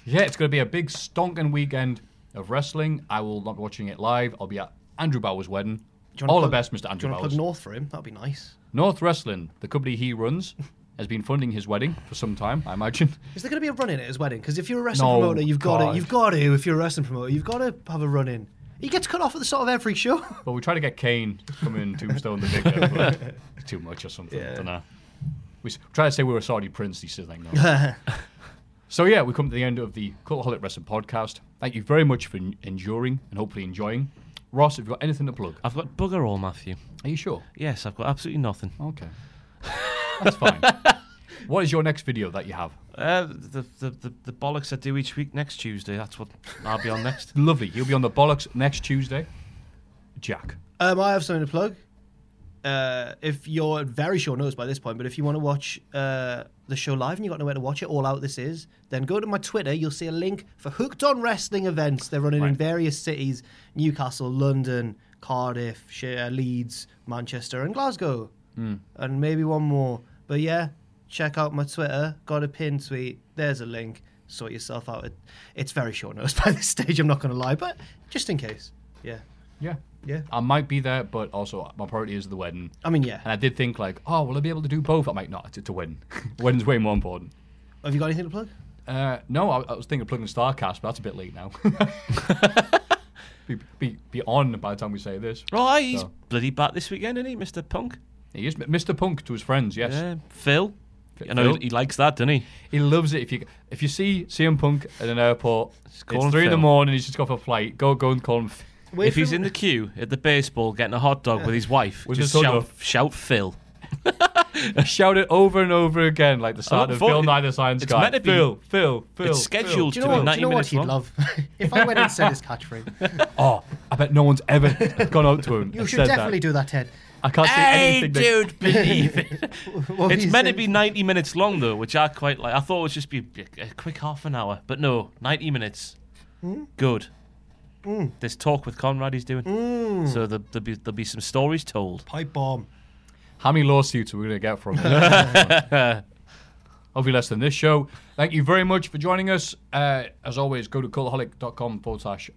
yeah, it's going to be a big stonking weekend of wrestling. I will not be watching it live. I'll be at Andrew Bauer's wedding. Do you wanna All the plug- best, Mr. Do Andrew you want Bowers. to plug North for him? That'd be nice. North Wrestling, the company he runs, has been funding his wedding for some time, I imagine. Is there going to be a run in at his wedding? Because if you're a wrestling No, promoter, you've got to, God. you've got to. If you're a wrestling promoter, you've got to have a run in. He gets cut off at the start of every show. But we try to get Kane to come in Tombstone the Victor, but it's too much or something. I don't know. We s- try to say we were a Saudi prince. He says, like, no. so, yeah, we come to the end of the Cultaholic Wrestling Podcast. Thank you very much for en- enduring and hopefully enjoying. Ross, have you got anything to plug? I've got bugger all, Matthew. Are you sure? Yes, I've got absolutely nothing. Okay. That's fine. what is your next video that you have? Uh, the, the the the bollocks I do each week next Tuesday. That's what I'll be on next. Lovely. You'll be on the bollocks next Tuesday. Jack. Um, I have something to plug. Uh, if you're very sure knows by this point, but if you want to watch uh, the show live and you got nowhere to watch it, all out this is, then go to my Twitter. You'll see a link for Hooked on Wrestling events. They're running in various cities: Newcastle, London, Cardiff, Sh- uh, Leeds, Manchester, and Glasgow, and maybe one more. But yeah, check out my Twitter. Got a pin tweet. There's a link. Sort yourself out. It- It's very short notice by this stage. I'm not going to lie, but just in case, yeah, Yeah. yeah. I might be there, but also my priority is the wedding. I mean, yeah. And I did think like, oh, will I be able to do both? I might not. It's to win. Win's way more important. Have you got anything to plug? Uh, no, I, I was thinking of plugging Starcast, but that's a bit late now. be, be, be on by the time we say this. Oh, he's So. bloody back this weekend, isn't he, Mister Punk? He is Mr. Punk to his friends. Yes, Yeah, Um, Phil. I know Phil. he, he likes that, doesn't he? he loves it. If you if you see CM Punk at an airport, it's call him three in the Phil. morning. He's just got off a flight. Go go and call him. Phil. Wait if he's for- in the queue at the baseball getting a hot dog with his wife, With just his hot shout, dog. shout Phil. Shout it over and over again, like the start look of forward- Bill Nye the Science it's Guy. meant to be- Phil, Phil, Phil. it's scheduled Do to you know be what? 90 Do you know what minutes he'd long. love? if I went and said his catchphrase, Phil. Oh, I bet no one's ever gone up to him. you and should said definitely that. do that, Ted. I can't see I anything. that- don't believe it. What it's he meant to said. be 90 minutes long, though, which I quite like. I thought it would just be a a quick half an hour, but no, 90 minutes. Good. This talk with Conrad he's doing. So there, there'll, be, there'll be some stories told. pipe bomb. How many lawsuits are we going to get from it? Hopefully less than this show. Thank you very much for joining us. Uh, as always, go to cultaholic.com forward slash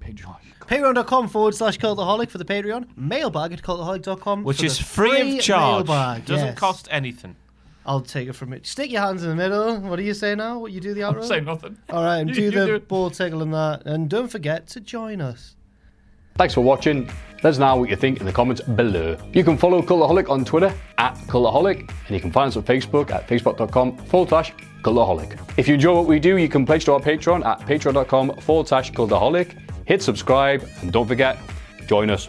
Patreon. Patreon.com forward slash cultaholic for the Patreon. Mailbag at cultaholic.com. Which for is the free, of charge. Mailbag. Doesn't yes. cost anything. I'll take it from it. Stick your hands in the middle. What do you say now? What you do the outro? Say nothing. All right, and You- do you the do it. ball tickle and that. And don't forget to join us. Thanks for watching. Let us know what you think in the comments below. You can follow Colourholic on Twitter at Colourholic, and you can find us on Facebook at facebook.com forward slash Colourholic. If you enjoy what we do, you can pledge to our Patreon at patreon.com forward slash Colourholic. Hit subscribe, and don't forget, join us.